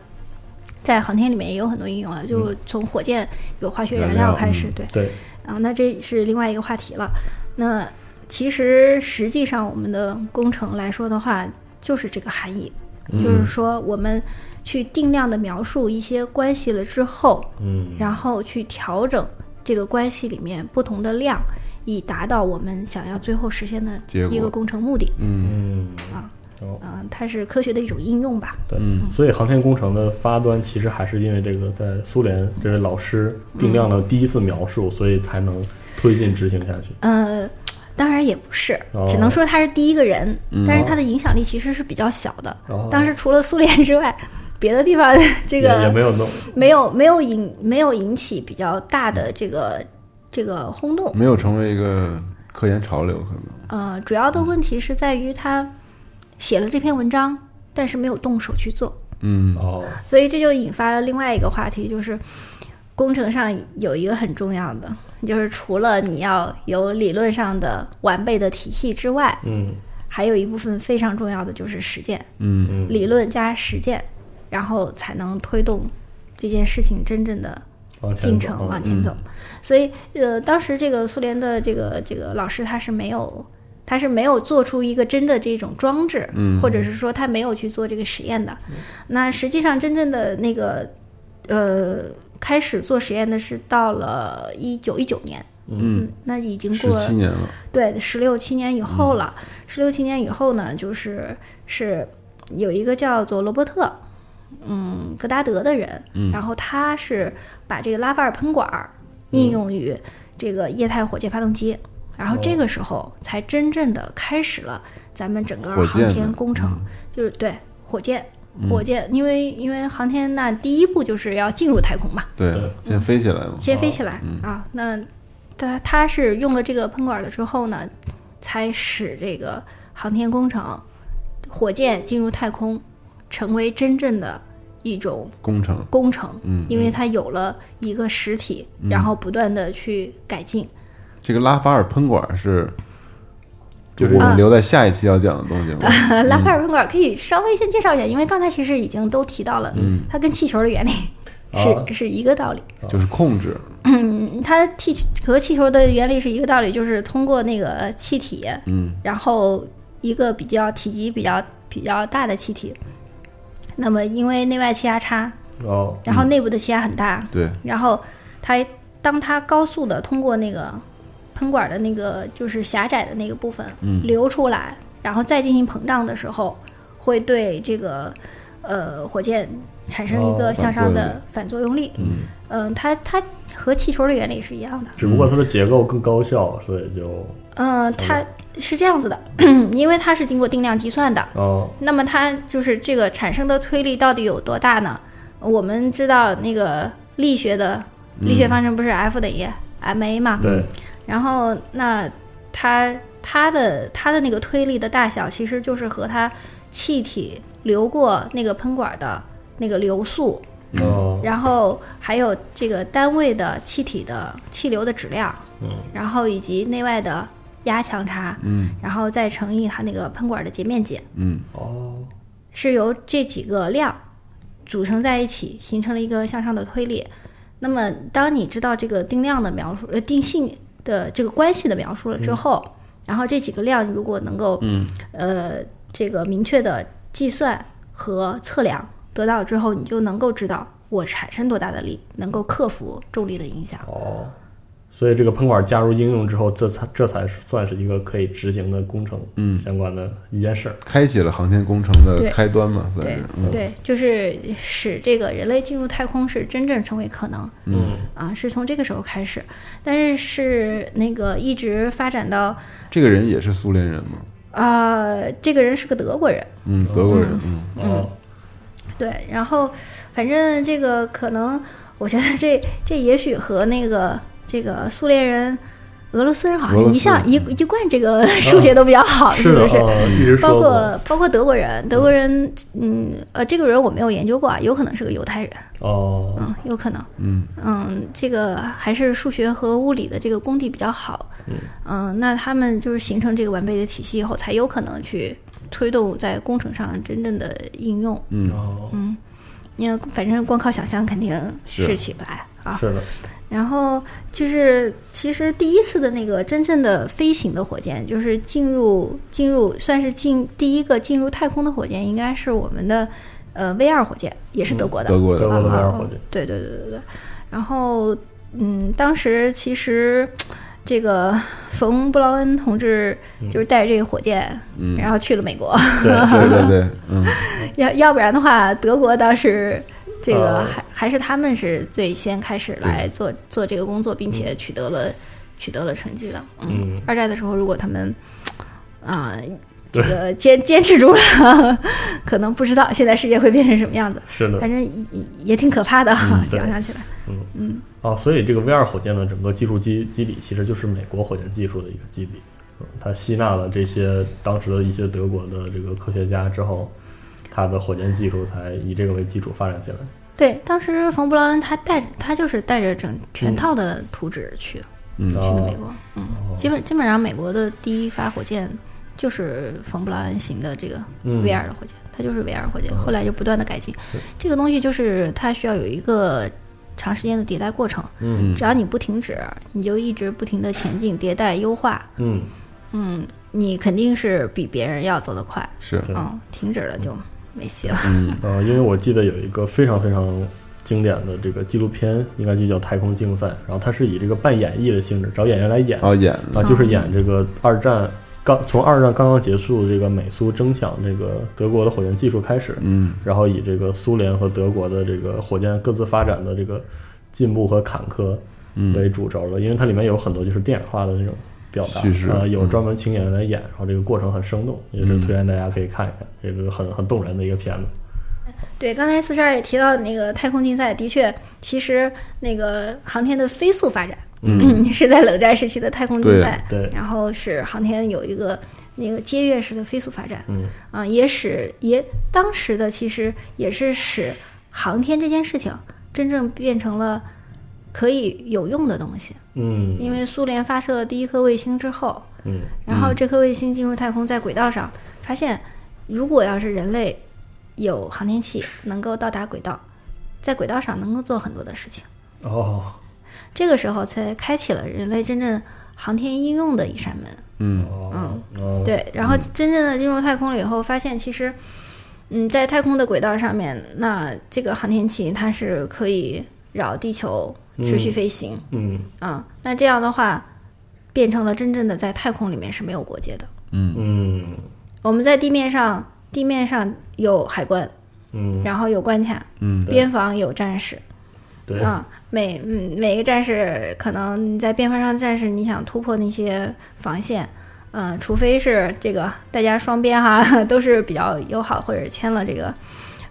Speaker 7: 在航天里面也有很多应用了，就从火箭有化学
Speaker 5: 嗯
Speaker 7: 燃
Speaker 5: 燃料
Speaker 7: 料开始，
Speaker 5: 嗯
Speaker 7: 对，
Speaker 6: 对，
Speaker 7: 啊，那这是另外一个话题了。那其实实际上我们的工程来说的话，就是这个含义，
Speaker 5: 嗯
Speaker 7: 就是说我们去定量的描述一些关系了之后，
Speaker 6: 嗯，
Speaker 7: 然后去调整这个关系里面不同的量，以达到我们想要最后实现的
Speaker 5: 结
Speaker 7: 一
Speaker 5: 果
Speaker 7: 个工程目的。
Speaker 5: 嗯
Speaker 6: 嗯，
Speaker 7: 啊，
Speaker 6: 哦，
Speaker 7: 嗯、它是科学的一种应用吧？
Speaker 6: 对，
Speaker 5: 嗯
Speaker 6: 所以航天工程的发端其实还是因为这个在苏联这位老师定量的第一次描述，所以才能推进执行下去。
Speaker 7: 呃，当然也不是，
Speaker 6: 哦嗯
Speaker 7: 只能说他是第一个人，但是他的影响力其实是比较小的。
Speaker 6: 哦
Speaker 7: 当时除了苏联之外， 别的地方这
Speaker 6: 也也没
Speaker 7: 个
Speaker 6: 有弄，
Speaker 7: 没有没有引没有引起比较大的这个这个轰
Speaker 6: 嗯
Speaker 7: 动。
Speaker 5: 没有成为一个科研潮流，可能
Speaker 7: 呃，主要的问题是在于他写了这篇文章，但是没有动手去做，
Speaker 5: 嗯
Speaker 6: 哦，
Speaker 7: 所以这就引发了另外一个话题，就是工程上有一个很重要的，就是除了你要有理论上的完备的体系之外，
Speaker 6: 嗯
Speaker 7: 还有一部分非常重要的就是实践，
Speaker 5: 嗯
Speaker 6: 嗯，
Speaker 7: 理论加实践，然后才能推动这件事情真正的
Speaker 6: 往前
Speaker 7: 进
Speaker 6: 走
Speaker 7: 程
Speaker 6: 啊
Speaker 7: 往前走。
Speaker 5: 嗯
Speaker 7: 所以，呃，当时这个苏联的这个这个老师他是没有，他是没有做出一个真的这种装置，
Speaker 5: 嗯
Speaker 7: 或者是说他没有去做这个实验的。那实际上真正的那个，呃。开始做实验的是到了一九一九年，
Speaker 5: 嗯，
Speaker 7: 那已经
Speaker 5: 十
Speaker 7: 过
Speaker 5: 七年了，
Speaker 7: 对，十六七年以
Speaker 5: 嗯
Speaker 7: 后了。十六七年以后呢，就是是有一个叫做罗伯特，嗯，格达德的人，
Speaker 5: 嗯
Speaker 7: 然后他是把这个拉法尔喷管儿
Speaker 5: 嗯
Speaker 7: 应用于这个液态火箭发动机，然后
Speaker 5: 哦
Speaker 7: 这个时候才真正的开始了咱们整个
Speaker 5: 火
Speaker 7: 航
Speaker 5: 箭嗯
Speaker 7: 天
Speaker 5: 呢
Speaker 7: 工程，就是对火箭。火箭，因为因为航天那第一步就是要进入太空嘛，
Speaker 5: 对
Speaker 6: 对，
Speaker 5: 先飞起来嘛，
Speaker 7: 先飞起来、
Speaker 5: 嗯
Speaker 7: 啊。那他他是用了这个喷管了之后呢，才使这个航天工程、火箭进入太空，成为真正的一种
Speaker 5: 工程，
Speaker 7: 工程，
Speaker 5: 嗯，
Speaker 7: 因为它有了一个实体，
Speaker 5: 嗯
Speaker 7: 然后不断的去改进。
Speaker 5: 这个拉法尔喷管是，就
Speaker 6: 就是
Speaker 5: 我
Speaker 7: 啊
Speaker 5: 们留在下一期要讲的东西吗？
Speaker 7: 呃拉
Speaker 5: 嗯
Speaker 7: 斐尔喷管可以稍微先介绍一下，因为刚才其实已经都提到了，
Speaker 5: 嗯，哦
Speaker 7: 它跟气球的原理是、
Speaker 6: 啊
Speaker 7: 是一个道理。
Speaker 5: 就是控制，
Speaker 7: 嗯，它气和气球的原理是一个道理，就是通过那个气体，
Speaker 5: 嗯
Speaker 7: 然后一个比较体积比较比较大的气体，那么因为内外气压差，
Speaker 6: 哦，
Speaker 7: 然后内部的气压很大，
Speaker 5: 对，
Speaker 7: 然后它当它高速的通过那个喷管的那个就是狭窄的那个部分
Speaker 5: 嗯
Speaker 7: 流出来，然后再进行膨胀的时候，会对这个呃火箭产生一
Speaker 6: 哦
Speaker 7: 个向上的
Speaker 5: 反
Speaker 7: 反作用力。
Speaker 5: 嗯，
Speaker 7: 嗯、它它和气球的原理是一样的。
Speaker 6: 只不过它的结构更高效，所以就
Speaker 7: 嗯、它是这样子的，因为它是经过定量计算的，
Speaker 6: 哦
Speaker 7: 那么它就是这个产生的推力到底有多大呢？我们知道那个力学的力学方程不是 F 等于 ma 嘛？
Speaker 6: 嗯对。哦
Speaker 7: 然后那它它的它的那个推力的大小，其实就是和它气体流过那个喷管的那个流速，
Speaker 6: 哦，
Speaker 7: 然后还有这个单位的气体的气流的质量，
Speaker 6: 嗯，
Speaker 7: 然后以及内外的压强差，
Speaker 5: 嗯
Speaker 7: 然后再乘以它那个喷管的截面积。
Speaker 5: 嗯
Speaker 6: 哦，
Speaker 7: 是由这几个量组成在一起，形成了一个向上的推力。那么，当你知道这个定量的描述，呃，定性的这个关系的描述了之后，然后这几个量如果能够，
Speaker 5: 嗯
Speaker 7: 呃，这个明确的计算和测量得到之后，你就能够知道我产生多大的力，能够克服重力的影响。
Speaker 6: 哦，所以这个喷管加入应用之后，这才这才算是一个可以执行的工程
Speaker 5: 嗯，
Speaker 6: 相关的一件事儿。
Speaker 5: 开启了航天工程的
Speaker 7: 对
Speaker 5: 开端嘛，算
Speaker 7: 对
Speaker 5: 是，嗯
Speaker 7: 对，就是使这个人类进入太空是真正成为可能。
Speaker 6: 嗯，
Speaker 7: 啊，是从这个时候开始，但是是那个一直发展到
Speaker 5: 这个人也是苏联人嘛，
Speaker 7: 呃，这个人是个德国人，
Speaker 5: 嗯，德国人，嗯，
Speaker 6: 哦，
Speaker 7: 对，然后反正这个可能，我觉得这这也许和那个这个苏联人、俄罗斯人好
Speaker 5: 俄罗
Speaker 7: 像
Speaker 5: 斯
Speaker 7: 一向一一贯这个 数学都比较好，是
Speaker 6: 的，
Speaker 7: 不是？
Speaker 6: 哦一直
Speaker 7: 嗯包
Speaker 6: 说过。
Speaker 7: 括包括德国人，德国人，嗯，呃，这个人我没有研究过啊，有可能是个犹太人，
Speaker 6: 哦，
Speaker 7: 嗯，有可能，
Speaker 5: 嗯
Speaker 7: 嗯，这个还是数学和物理的这个功底比较好，嗯、那他们就是形成这个完备的体系以后，才有可能去推动在工程上真正的应用。
Speaker 5: 嗯，
Speaker 6: 哦，
Speaker 7: 因为反正光靠想象肯定
Speaker 5: 是
Speaker 7: 是起不来啊。
Speaker 6: 是的，
Speaker 7: 然后就是，其实第一次的那个真正的飞行的火箭，就是进入进入算是进第一个进入太空的火箭，应该是我们的呃 V 二火箭，也是德国
Speaker 5: 嗯
Speaker 7: 的。
Speaker 5: 德国
Speaker 6: 德
Speaker 5: 的，
Speaker 6: 国的
Speaker 7: 啊
Speaker 6: 威尔
Speaker 7: 啊
Speaker 6: 火箭。
Speaker 7: 对对对对对。然后，嗯，当时其实这个冯布劳恩同志就是带着这个火箭，
Speaker 5: 嗯，
Speaker 7: 然后去了美国。
Speaker 5: 对对对，嗯，
Speaker 7: 要要不然的话，德国当时。这个
Speaker 6: 呃
Speaker 7: 还还是他们是最先开始来做做这个工作，并且取得了、取得了成绩的。嗯，
Speaker 6: 嗯
Speaker 7: 二战的时候，如果他们啊、这个坚坚持住了， 可能不知道现在世界会变成什么样子。
Speaker 6: 是的
Speaker 7: 反，正也也挺可怕的哈、
Speaker 6: 对
Speaker 7: 想象起来。
Speaker 6: 哦，所以这个 V 二火箭的整个技术基基底其实就是美国火箭技术的一个基底，嗯它吸纳了这些当时的一些德国的这个科学家之后，它的火箭技术才以这个为基础发展起来。
Speaker 7: 对，当时冯布劳恩他带着他就是带着整全套的图纸去的，
Speaker 5: 嗯
Speaker 7: 去的
Speaker 6: 嗯哦
Speaker 7: 美国。嗯，
Speaker 6: 哦
Speaker 7: 基本基本上美国的第一发火箭就是冯布劳恩型的这个
Speaker 6: 嗯
Speaker 7: V 二的火箭，它就是 V 二火箭，后来就不断的改进。这个东西就是它需要有一个长时间的迭代过程，
Speaker 5: 嗯
Speaker 7: 只要你不停止，你就一直不停的前进、迭代、优化，
Speaker 6: 嗯，
Speaker 7: 嗯，你肯定是比别人要走得快。
Speaker 5: 是，
Speaker 6: 对
Speaker 7: 嗯，停止了就没戏了。
Speaker 5: 嗯
Speaker 6: 呃，因为我记得有一个非常非常经典的这个纪录片，应该就叫《太空竞赛》，然后它是以这个半演绎的性质，找演员来演，
Speaker 5: 哦，演
Speaker 6: 啊，就是演这个二战刚从二战刚刚结束这个美苏争抢这个德国的火箭技术开始，
Speaker 5: 嗯
Speaker 6: 然后以这个苏联和德国的这个火箭各自发展的这个进步和坎坷为
Speaker 5: 嗯
Speaker 6: 主轴了，因为它里面有很多就是电影化的那种表达
Speaker 5: 叙事
Speaker 6: 啊，有
Speaker 5: 嗯
Speaker 6: 专门请演员来演，然后这个过程很生动，也是
Speaker 5: 嗯
Speaker 6: 推荐大家可以看一看，这个很很动人的一个片子。
Speaker 7: 对，刚才四十二也提到那个太空竞赛，的确，其实那个航天的飞速发展，
Speaker 5: 嗯，
Speaker 7: 是在冷战时期的太空竞赛，
Speaker 6: 啊对对
Speaker 7: 然后是航天有一个那个接跃式的飞速发展，
Speaker 6: 嗯
Speaker 7: 啊、也使也当时的其实也是使航天这件事情真正变成了可以有用的东西，
Speaker 6: 嗯
Speaker 7: 因为苏联发射了第一颗卫星之后，
Speaker 6: 嗯
Speaker 7: 然后这颗卫星进入太空，在轨道上发现，如果要是人类有航天器能够到达轨道，在轨道上能够做很多的事情。
Speaker 6: 哦
Speaker 7: 这个时候才开启了人类真正航天应用的一扇门。
Speaker 5: 嗯，
Speaker 6: 哦哦，
Speaker 7: 对，然后真正的进入太空了以后，发现其实，嗯，在太空的轨道上面，那这个航天器它是可以绕地球持续飞行
Speaker 6: 嗯
Speaker 7: 啊、那这样的话，变成了真正的在太空里面是没有国界的。
Speaker 6: 嗯
Speaker 7: 我们在地面上，地面上有海关，
Speaker 6: 嗯，
Speaker 7: 然后有关卡，
Speaker 5: 嗯，
Speaker 7: 边防有战士，
Speaker 6: 对，
Speaker 7: 啊，每嗯每个战士可能你在边防上的战士，你想突破那些防线，嗯、除非是这个大家双边哈 都是比较友好，或者签了这个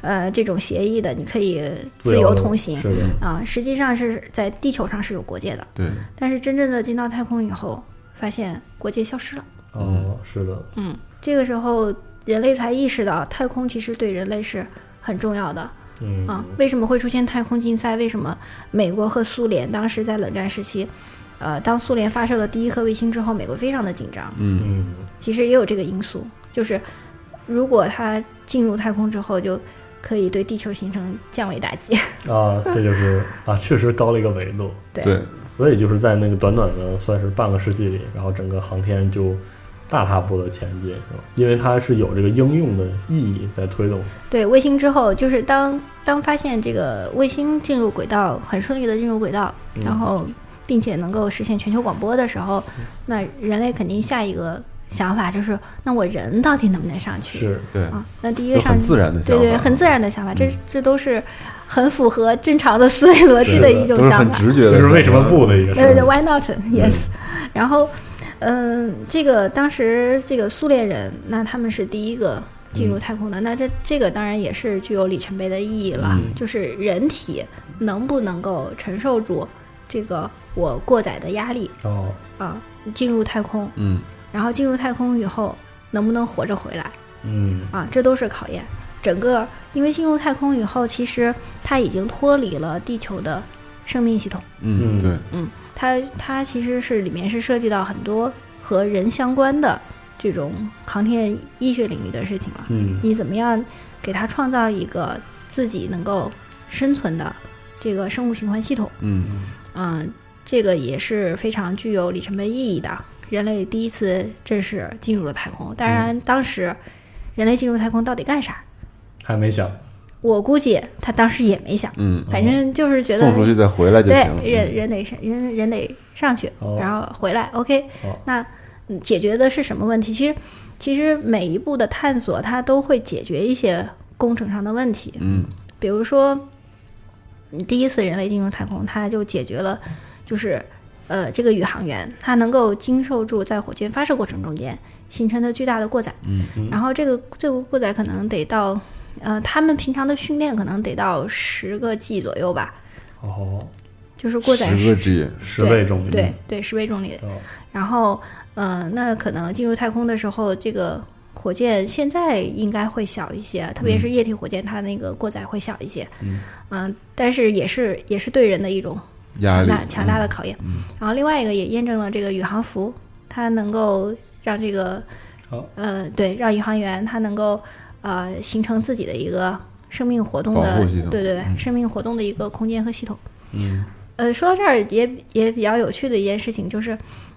Speaker 7: 呃这种协议的，你可以自由
Speaker 6: 的
Speaker 7: 通行
Speaker 6: 是的，
Speaker 7: 啊。实际上是在地球上是有国界的，
Speaker 5: 对，
Speaker 7: 但是真正的进到太空以后，发现国界消失了。
Speaker 6: 哦是的，
Speaker 7: 嗯，这个时候人类才意识到，太空其实对人类是很重要的
Speaker 6: 嗯
Speaker 7: 啊。为什么会出现太空竞赛？为什么美国和苏联当时在冷战时期，呃，当苏联发射了第一颗卫星之后，美国非常的紧张？
Speaker 5: 嗯
Speaker 6: 嗯
Speaker 7: 其实也有这个因素，就是如果它进入太空之后，就可以对地球形成降维打击。
Speaker 6: 啊，这就是啊，确实高了一个维度。
Speaker 7: 对
Speaker 5: 对，
Speaker 6: 所以就是在那个短短的算是半个世纪里，然后整个航天就大踏步的前进，是吧？因为它是有这个应用的意义在推动。
Speaker 7: 对卫星之后，就是当当发现这个卫星进入轨道，很顺利的进入轨道，
Speaker 6: 嗯
Speaker 7: 然后并且能够实现全球广播的时候，
Speaker 5: 嗯
Speaker 7: 那人类肯定下一个想法就是，那我人到底能不能上去？
Speaker 6: 是，
Speaker 5: 对，
Speaker 7: 啊，那第一
Speaker 5: 就
Speaker 7: 个上
Speaker 5: 很自然的
Speaker 7: 对
Speaker 5: 想法，嗯
Speaker 7: 对，很自然的想法，这这都是很符合正常的思维逻辑
Speaker 6: 是
Speaker 7: 的
Speaker 6: 的
Speaker 7: 一种
Speaker 5: 都是
Speaker 7: 想
Speaker 5: 很
Speaker 7: 法。
Speaker 5: 直觉的，
Speaker 6: 这就是嗯为什么不的一个事
Speaker 7: 对呃对对
Speaker 6: 儿。
Speaker 7: ，Why not? Yes、然后，嗯、这个当时这个苏联人，那他们是第一个进
Speaker 6: 嗯
Speaker 7: 入太空的，那这这个当然也是具有里程碑的意义了，
Speaker 6: 嗯
Speaker 7: 就是人体能不能够承受住这个我过载的压力
Speaker 6: 哦，
Speaker 7: 啊，进入太空，
Speaker 5: 嗯，
Speaker 7: 然后进入太空以后能不能活着回来
Speaker 6: 嗯
Speaker 7: 啊，这都是考验。整个因为进入太空以后，其实它已经脱离了地球的生命系统。
Speaker 5: 嗯，对，
Speaker 6: 嗯
Speaker 7: 它它其实是里面是涉及到很多和人相关的这种航天医学领域的事情了。
Speaker 6: 嗯
Speaker 7: 你怎么样给它创造一个自己能够生存的这个生物循环系统？
Speaker 5: 嗯
Speaker 7: 嗯，这个也是非常具有里程碑意义的。人类第一次正式进入了太空，当
Speaker 5: 嗯
Speaker 7: 然当时人类进入太空到底干啥？
Speaker 6: 还没想。
Speaker 7: 我估计他当时也没想，
Speaker 5: 嗯，
Speaker 7: 反正就是觉得
Speaker 5: 送出去再回来就
Speaker 7: 对
Speaker 5: 行，了，嗯
Speaker 7: 人人得上人人得上去，
Speaker 6: 哦
Speaker 7: 然后回来。OK，、
Speaker 6: 哦
Speaker 7: 那嗯解决的是什么问题？其实其实每一步的探索，它都会解决一些工程上的问题。
Speaker 5: 嗯
Speaker 7: 比如说，嗯第一次人类进入太空，它就解决了，就是呃，这个宇航员他能够经受住在火箭发射过程中间形成的巨大的过载，
Speaker 5: 嗯
Speaker 7: 然后这个这个过载可能得到，呃，他们平常的训练可能得到十个 G 左右吧，
Speaker 6: 哦，
Speaker 7: 就是过载
Speaker 5: 十个 G，
Speaker 6: 十倍重力。
Speaker 7: 对对，十倍重力。
Speaker 6: 嗯哦
Speaker 7: 然后，呃，那可能进入太空的时候，这个火箭现在应该会小一些，特别是液体火箭，它那个过载会小一些。嗯、但是也是也是对人的一种
Speaker 5: 压
Speaker 7: 强
Speaker 5: 力嗯
Speaker 7: 大强大的考验。然后另外一个也验证了这个宇航服，它能够让这个
Speaker 6: 好
Speaker 7: 呃对让宇航员他能够呃形成自己的一个生命活动
Speaker 5: 保
Speaker 7: 的
Speaker 5: 护系统
Speaker 7: 对对对、
Speaker 5: 嗯
Speaker 7: 生命活动的一个空间和系统。嗯，呃，说到这儿也也比较有趣的一件事情就是。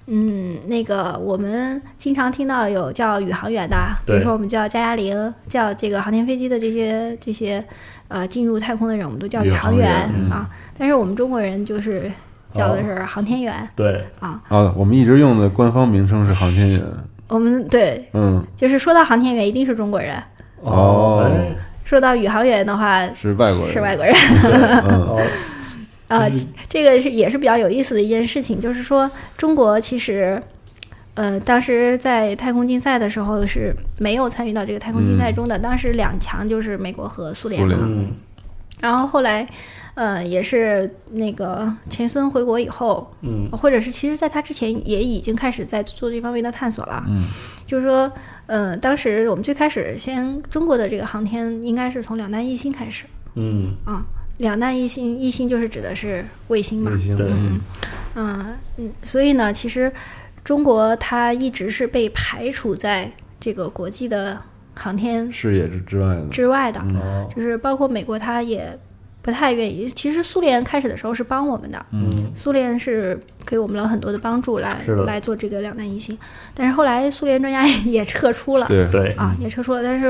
Speaker 7: 嗯，那个我们经常听到有叫宇航员的，啊比如
Speaker 6: 对
Speaker 7: 说我们叫加加林，叫这个航天飞机的这些这些呃进入太空的人，我们都叫
Speaker 5: 宇
Speaker 7: 宇
Speaker 5: 航
Speaker 7: 航
Speaker 5: 员
Speaker 7: 员啊。但是我们中国人就是叫的是航天员，
Speaker 6: 对，
Speaker 5: 啊，我们一直用的官方名称是航天员，
Speaker 7: 我们对，
Speaker 5: 嗯，
Speaker 7: 就是说到航天员一定是中国人，
Speaker 5: 哦
Speaker 6: 哎
Speaker 7: 说到宇航员的话
Speaker 5: 是外国人，
Speaker 7: 是外国人。
Speaker 5: 嗯
Speaker 6: 哦，
Speaker 7: 啊，这个是也是比较有意思的一件事情，就是说中国其实，呃，当时在太空竞赛的时候是没有参与到这个太空竞赛中的。当时两强就是美国和苏联
Speaker 5: 苏
Speaker 7: 嘛，
Speaker 5: 联
Speaker 6: 嗯
Speaker 7: 然后后来，呃，也是那个钱学森回国以后，
Speaker 6: 嗯
Speaker 7: 或者是其实在他之前也已经开始在做这方面的探索了。啊
Speaker 5: 嗯，
Speaker 7: 就是说，呃，当时我们最开始先中国的这个航天应该是从两弹一星开始
Speaker 6: 嗯，
Speaker 7: 啊，两弹一星，一星就是指的是卫星嘛，
Speaker 5: 卫星
Speaker 6: 对
Speaker 5: 嗯
Speaker 7: 嗯嗯，所以呢，其实中国它一直是被排除在这个国际的航天
Speaker 5: 视野之之外的，
Speaker 7: 之外的，
Speaker 5: 嗯
Speaker 6: 哦，
Speaker 7: 就是包括美国，它也不太愿意。其实苏联开始的时候是帮我们的，
Speaker 6: 嗯
Speaker 7: 苏联是给我们了很多的帮助来
Speaker 6: 是的
Speaker 7: 来做这个两弹一星，但是后来苏联专家也也撤出了。
Speaker 5: 对
Speaker 6: 对，
Speaker 7: 啊，也撤出了，但是，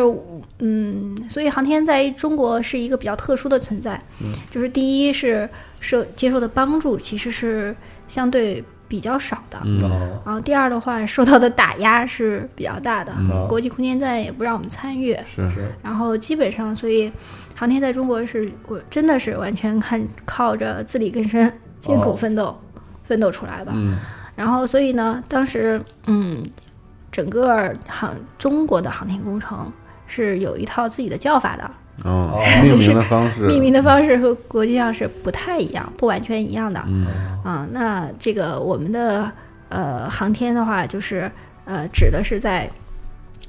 Speaker 7: 嗯，所以航天在中国是一个比较特殊的存在，
Speaker 6: 嗯
Speaker 7: 就是第一是受接受的帮助其实是相对比较少的，
Speaker 5: 嗯
Speaker 6: 哦，
Speaker 7: 然后第二的话受到的打压是比较大的，
Speaker 5: 嗯
Speaker 7: 国际空间站也不让我们参与，
Speaker 5: 是
Speaker 6: 是
Speaker 7: 然后基本上，所以航天在中国是我真的是完全看靠着自力更生、艰苦奋斗、奋斗出来的。
Speaker 5: 哦嗯
Speaker 7: 然后，所以呢，当时嗯，整个航中国的航天工程是有一套自己的叫法的，
Speaker 5: 哦
Speaker 6: 哦，
Speaker 5: 命名的方式，
Speaker 7: 命名的方式和国际上是不太一样，不完全一样的。
Speaker 5: 嗯
Speaker 7: 啊，那这个我们的呃航天的话，就是呃指的是在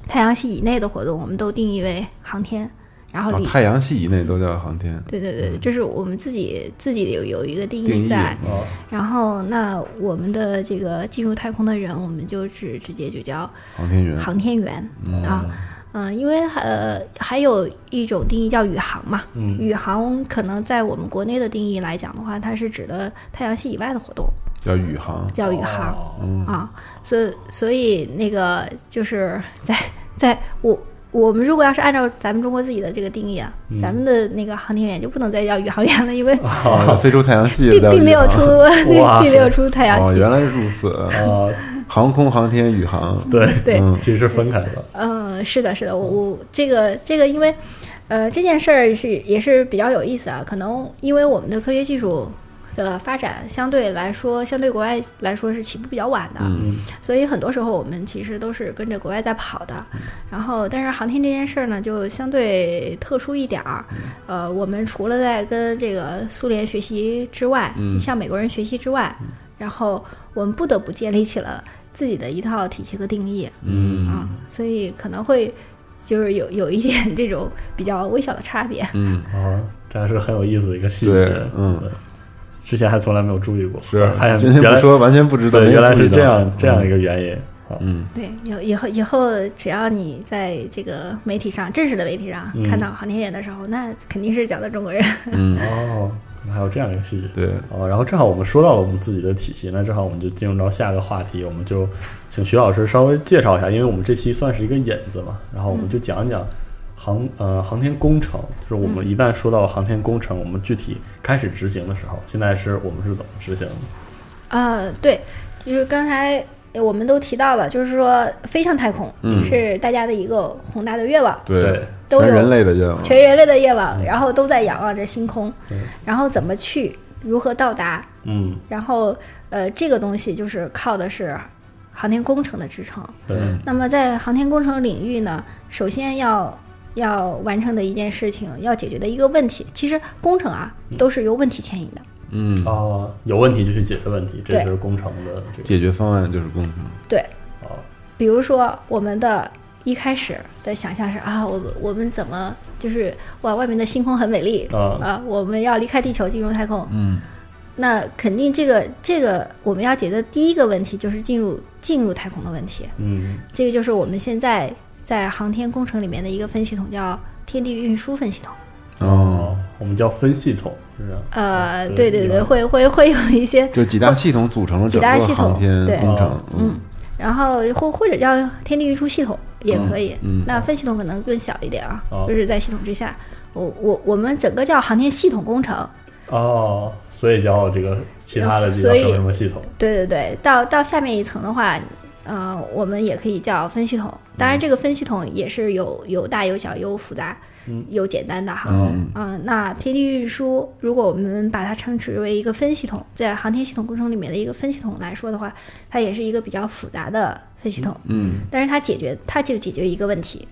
Speaker 7: 太阳系以内的活动，我们都定义为航天。然后
Speaker 5: 啊
Speaker 7: 里、，
Speaker 5: 太阳系以内都叫航天
Speaker 7: 对对对，这是我们自己自己有有一个定
Speaker 5: 定
Speaker 7: 义
Speaker 5: 义，
Speaker 7: 嗯
Speaker 5: 啊
Speaker 7: 在。
Speaker 6: 哦，
Speaker 7: 然后，那我们的这个进入太空的人，我们就是直接就叫
Speaker 5: 航天员，
Speaker 7: 航天员、啊。嗯、因为呃，还有一种定义叫宇航嘛。
Speaker 6: 嗯
Speaker 7: 宇航可能在我们国内的定义来讲的话，它是指的太阳系以外的活动，
Speaker 5: 叫宇航，
Speaker 7: 叫宇航。
Speaker 5: 嗯
Speaker 7: 啊，所以所以那个就是 在在我我们如果要是按照咱们中国自己的这个定义啊，咱们的那个航天员就不能再叫宇航员了，因为
Speaker 5: 啊飞出太阳系叫宇
Speaker 7: 哦并
Speaker 5: 航
Speaker 7: 并没有出
Speaker 6: 哇
Speaker 7: 对，并没有
Speaker 6: 塞
Speaker 7: 出太阳
Speaker 5: 哦，
Speaker 7: 系。
Speaker 5: 原来是如此，
Speaker 6: 啊，
Speaker 5: 航空航天宇航，
Speaker 6: 对，
Speaker 7: 对，
Speaker 5: 嗯
Speaker 6: 其实是分开的，
Speaker 7: 嗯，是的，是的，我我这个这个，因为呃这件事儿是也是比较有意思啊，可能因为我们的科学技术。的发展相对来说，相对国外来说是起步比较晚的，啊
Speaker 5: 嗯
Speaker 7: 所以很多时候我们其实都是跟着国外在跑的，然后但是航天这件事儿呢，就相对特殊一点儿。呃，我们除了在跟这个苏联学习之外，
Speaker 5: 嗯
Speaker 7: 向美国人学习之外，然后我们不得不建立起了自己的一套体系和定义
Speaker 5: 嗯
Speaker 7: 啊，所以可能会就是有有一点这种比较微小的差别。
Speaker 5: 嗯，
Speaker 6: 啊，这还是很有意思的一个细节
Speaker 5: 对，嗯
Speaker 6: 对，之前还从来没有注意过，
Speaker 5: 是，
Speaker 6: 发现
Speaker 5: 之前
Speaker 6: 原
Speaker 5: 不
Speaker 6: 来
Speaker 5: 说完全不知道，
Speaker 6: 对，
Speaker 5: 没有
Speaker 6: 原来
Speaker 5: 注意
Speaker 6: 是这
Speaker 5: 到
Speaker 6: 样这样一，个原因啊，
Speaker 5: 嗯
Speaker 7: 对，以后以后以后，只要你在这个媒体上正式的媒体上
Speaker 6: 嗯
Speaker 7: 看到航天员的时候，那肯定是讲的中国人。
Speaker 5: 嗯，
Speaker 6: 哦，可能还有这样一个细节。
Speaker 5: 对，
Speaker 6: 哦，然后正好我们说到了我们自己的体系，那正好我们就进入到下个话题，我们就请徐老师稍微介绍一下，因为我们这期算是一个引子嘛，然后我们
Speaker 7: 嗯
Speaker 6: 就讲一讲航呃航天工程，就是我
Speaker 7: 嗯
Speaker 6: 们一旦说到航天工程，我们具体开始执行的时候，现在是我们是怎么执行的？
Speaker 7: 啊，对，就是刚才我们都提到了，就是说飞向太空、
Speaker 5: 嗯
Speaker 7: 是大家的一个宏大的愿望，
Speaker 5: 对，
Speaker 7: 都有
Speaker 5: 全人类的愿望，
Speaker 7: 全人类的愿望，然后都在仰望着星空
Speaker 6: 嗯，
Speaker 7: 然后怎么去，如何到达，
Speaker 6: 嗯，
Speaker 7: 然后呃，这个东西就是靠的是航天工程的支撑。
Speaker 6: 对，
Speaker 7: 那么在航天工程领域呢，首先要要完成的一件事情，要解决的一个问题，其实工程啊都是由问题牵引的。
Speaker 5: 嗯，
Speaker 6: 哦，有问题就去解决问题，这
Speaker 7: 对
Speaker 6: 就是工程的这个
Speaker 5: 解决方案就是工程，
Speaker 7: 对，
Speaker 6: 啊，
Speaker 7: 比如说我们的一开始的想象是啊，我我们怎么就是哇，外面的星空很美丽
Speaker 6: 啊
Speaker 7: 我们要离开地球进入太空，
Speaker 5: 嗯
Speaker 7: 那肯定这个这个我们要解决的第一个问题就是进入进入太空的问题，
Speaker 6: 嗯，
Speaker 7: 这个就是我们现在在航天工程里面的一个分系统，叫天地运输分系统。
Speaker 5: 哦，，
Speaker 6: 我们叫分系统，是不是？
Speaker 7: 呃，
Speaker 6: 哦对
Speaker 7: 对对
Speaker 6: 明
Speaker 7: 对，
Speaker 6: 白
Speaker 7: 会会会有一些
Speaker 5: 就几大系统组成了整
Speaker 7: 几大系
Speaker 5: 个
Speaker 7: 统
Speaker 5: 航天
Speaker 7: 对
Speaker 5: 工程，嗯
Speaker 7: 嗯，然后或或者叫天地运输系统也可以。
Speaker 5: 嗯嗯
Speaker 7: 那分系统可能更小一点啊，
Speaker 6: 哦
Speaker 7: 就是在系统之下。我我我们整个叫航天系统工程，
Speaker 6: 哦，所以叫这个其他的就叫
Speaker 7: 所以
Speaker 6: 什么什么系统？
Speaker 7: 对对对。到到下面一层的话，呃，我们也可以叫分系统。当
Speaker 5: 嗯
Speaker 7: 然，这个分系统也是有有大有小，有复杂，
Speaker 6: 嗯
Speaker 7: 有简单的哈。
Speaker 5: 嗯
Speaker 7: 嗯、那天地运输，如果我们把它称之为一个分系统，在航天系统工程里面的一个分系统来说的话，它也是一个比较复杂的分系统。
Speaker 5: 嗯
Speaker 7: 但是它解决它就解决一个问题，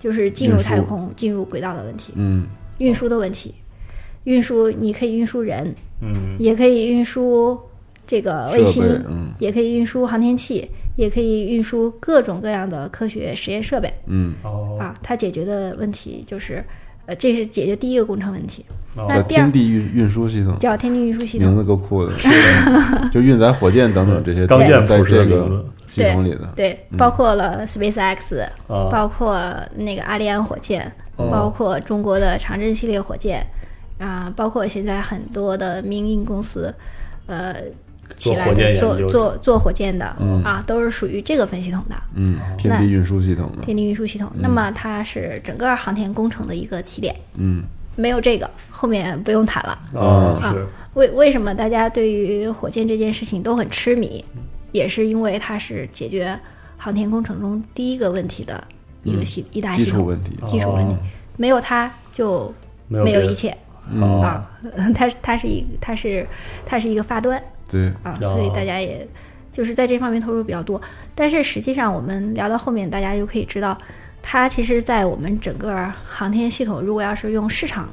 Speaker 7: 就是进入
Speaker 5: 运输
Speaker 7: 太空、进入轨道的问题、
Speaker 5: 嗯
Speaker 7: 运输的问题。运输你可以运输人，
Speaker 6: 嗯，
Speaker 7: 也可以运输这个卫
Speaker 5: 设
Speaker 7: 星
Speaker 5: 备，，嗯
Speaker 7: 也可以运输航天器，也可以运输各种各样的科学实验设备
Speaker 5: 嗯，
Speaker 6: 哦，
Speaker 7: 啊。它解决的问题就是，呃，这是解决第一个工程问题，
Speaker 5: 叫
Speaker 7: 那第二
Speaker 5: 天地运运输系统，
Speaker 7: 叫天地运输系
Speaker 5: 名
Speaker 7: 统。
Speaker 5: 字够酷的，就运载火箭等等这些
Speaker 6: 钢
Speaker 5: 都
Speaker 6: 箭
Speaker 5: 在
Speaker 6: 辐
Speaker 5: 这
Speaker 6: 射名
Speaker 5: 个
Speaker 6: 字
Speaker 5: 系统里的，
Speaker 7: 对，
Speaker 6: 嗯
Speaker 7: 包括了 SpaceX，、
Speaker 6: 啊，
Speaker 7: 包括那个阿利安火箭，
Speaker 6: 哦
Speaker 7: 包括中国的长征系列火箭，啊、包括现在很多的民营公司，呃，
Speaker 6: 做
Speaker 7: 起来
Speaker 6: 火箭
Speaker 7: 的
Speaker 6: 研
Speaker 7: 做
Speaker 6: 究嗯
Speaker 7: 做做火箭的、啊，都是属于这个分系统的
Speaker 5: 嗯，天地运输系统的，
Speaker 7: 天地运输系统。那么它是整个航天工程的一个起点，
Speaker 5: 嗯，
Speaker 7: 没有这个，后面不用谈了。
Speaker 6: 啊是
Speaker 7: 为为什么大家对于火箭这件事情都很痴迷，也是因为它是解决航天工程中第一个问题的一个系、一大
Speaker 5: 基
Speaker 7: 系
Speaker 5: 础
Speaker 7: 统。
Speaker 5: 问题，
Speaker 7: 技术问题，没有它就
Speaker 6: 没有
Speaker 7: 没有
Speaker 6: 别的
Speaker 7: 一切
Speaker 6: 啊，
Speaker 7: 啊。 它是它是一它是它是一个发端
Speaker 5: 对，
Speaker 7: 啊，
Speaker 6: 哦
Speaker 7: 所以大家也就是在这方面投入比较多。但是实际上，我们聊到后面，大家就可以知道，它其实，在我们整个航天系统，如果要是用市场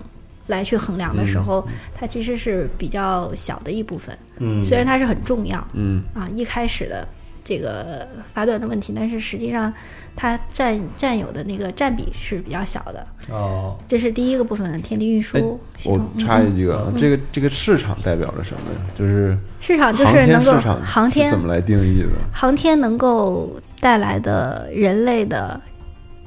Speaker 7: 来去衡量的时候，
Speaker 5: 嗯
Speaker 7: 它其实是比较小的一部分。
Speaker 6: 嗯，
Speaker 7: 虽然它是很重要，
Speaker 5: 嗯
Speaker 7: 啊，一开始的这个发端的问题，但是实际上它占占有的那个占比是比较小的。
Speaker 6: 哦，
Speaker 7: 这是第一个部分，天地运
Speaker 5: 哎
Speaker 7: 输系
Speaker 5: 我
Speaker 7: 统。
Speaker 5: 插
Speaker 7: 嗯
Speaker 5: 一句啊，这个这个市场代表着什么呀？就是
Speaker 7: 市场啊就
Speaker 5: 航
Speaker 7: 是
Speaker 5: 天
Speaker 7: 能够
Speaker 5: 市场
Speaker 7: 航
Speaker 5: 是怎
Speaker 7: 天
Speaker 5: 么来定义的？
Speaker 7: 航天能够带来的人类的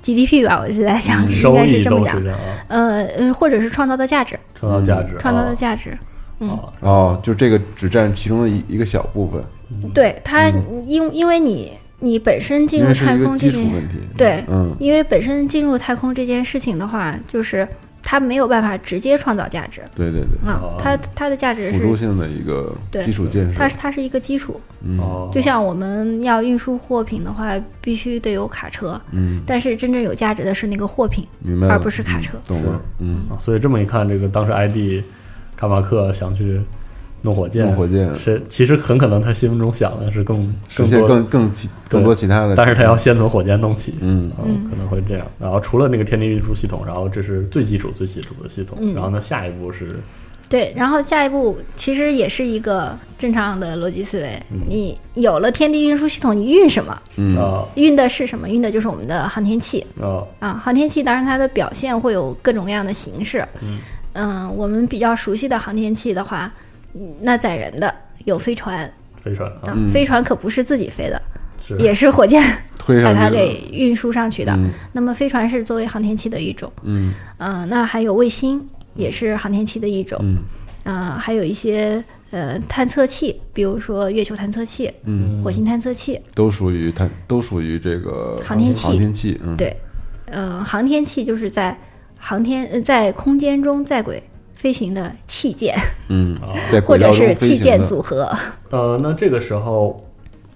Speaker 7: GDP 吧，我是在
Speaker 5: 嗯
Speaker 7: 想，
Speaker 6: 嗯
Speaker 7: 应
Speaker 6: 收
Speaker 7: 该
Speaker 6: 益
Speaker 7: 是这么
Speaker 6: 都
Speaker 7: 讲
Speaker 6: 是。这样啊，
Speaker 7: 呃呃，或者是创造的价值，
Speaker 6: 创造价值，
Speaker 7: 创造的
Speaker 6: 哦
Speaker 7: 价值。
Speaker 5: 啊
Speaker 7: 嗯
Speaker 6: 哦
Speaker 5: 哦，就这个只占其中的一一个小部分，
Speaker 6: 嗯
Speaker 7: 对它，因因为你你本身
Speaker 5: 嗯
Speaker 7: 进
Speaker 5: 因
Speaker 7: 入
Speaker 5: 为是
Speaker 7: 太
Speaker 5: 一个
Speaker 7: 空
Speaker 5: 基
Speaker 7: 这
Speaker 5: 础
Speaker 7: 件，
Speaker 5: 问题。
Speaker 7: 对，
Speaker 5: 嗯
Speaker 7: 因为本身进入太空这件事情的话，就是它没有办法直接创造价值
Speaker 5: 对对对，
Speaker 7: 啊，它它的价
Speaker 5: 哦
Speaker 7: 值
Speaker 5: 辅助
Speaker 7: 是
Speaker 5: 性的一个
Speaker 7: 对
Speaker 5: 基础建设
Speaker 7: 它，是它是一个基础，
Speaker 5: 嗯
Speaker 6: 哦，
Speaker 7: 就像我们要运输货品的话，必须得有卡车，
Speaker 5: 嗯，
Speaker 7: 但是真正有价值的是那个货品，
Speaker 5: 明白了，
Speaker 7: 而不是卡车
Speaker 5: 嗯懂了，嗯，
Speaker 6: 啊所以这么一看，这个当时 ID 卡马克想去弄火箭，
Speaker 5: 弄火箭
Speaker 6: 嗯是其实很可能他心目中想的是更
Speaker 5: 实
Speaker 6: 更
Speaker 5: 现
Speaker 6: 多，
Speaker 5: 更更其更多其他的，
Speaker 6: 但是他要先从火箭弄起，
Speaker 5: 嗯
Speaker 6: 啊，可能会这样。然后除了那个天地运输系统，然后这是最基础最基础的系统，
Speaker 7: 嗯
Speaker 6: 然后呢下一步是
Speaker 7: 对，然后下一步其实也是一个正常的逻辑思维，你有了天地运输系统，你运什么？
Speaker 5: 嗯
Speaker 6: 啊
Speaker 7: 运的是什么？运的就是我们的航天器，
Speaker 6: 啊
Speaker 7: 啊，航天器当然它的表现会有各种各样的形式。
Speaker 6: 嗯
Speaker 7: 嗯我们比较熟悉的航天器的话，嗯那载人的有飞船
Speaker 6: 飞船
Speaker 7: 啊
Speaker 6: 啊，
Speaker 7: 飞船可不是自己飞的，
Speaker 6: 是
Speaker 7: 也是火箭
Speaker 5: 推
Speaker 7: 把
Speaker 5: 上
Speaker 7: 它
Speaker 5: 去
Speaker 7: 给
Speaker 5: 的，
Speaker 7: 运输上去的。
Speaker 5: 嗯
Speaker 7: 那么飞船是作为航天器的一种，
Speaker 5: 嗯
Speaker 7: 嗯、那还有卫星也是航天器的一种，
Speaker 5: 嗯
Speaker 7: 啊、还有一些呃探测器，比如说月球探测器、
Speaker 5: 嗯，
Speaker 7: 火星探测器，
Speaker 5: 都属于它都属于这个
Speaker 7: 航天器
Speaker 5: 航天器，嗯，
Speaker 7: 对，呃，航天器就是在航天呃在空间中在轨飞行的器件，
Speaker 5: 嗯
Speaker 6: 啊，
Speaker 5: 在
Speaker 7: 或
Speaker 5: 轨
Speaker 7: 者
Speaker 5: 道中
Speaker 7: 是
Speaker 5: 飞
Speaker 7: 器
Speaker 5: 行
Speaker 7: 件
Speaker 5: 的
Speaker 7: 组合。
Speaker 6: 呃，那这个时候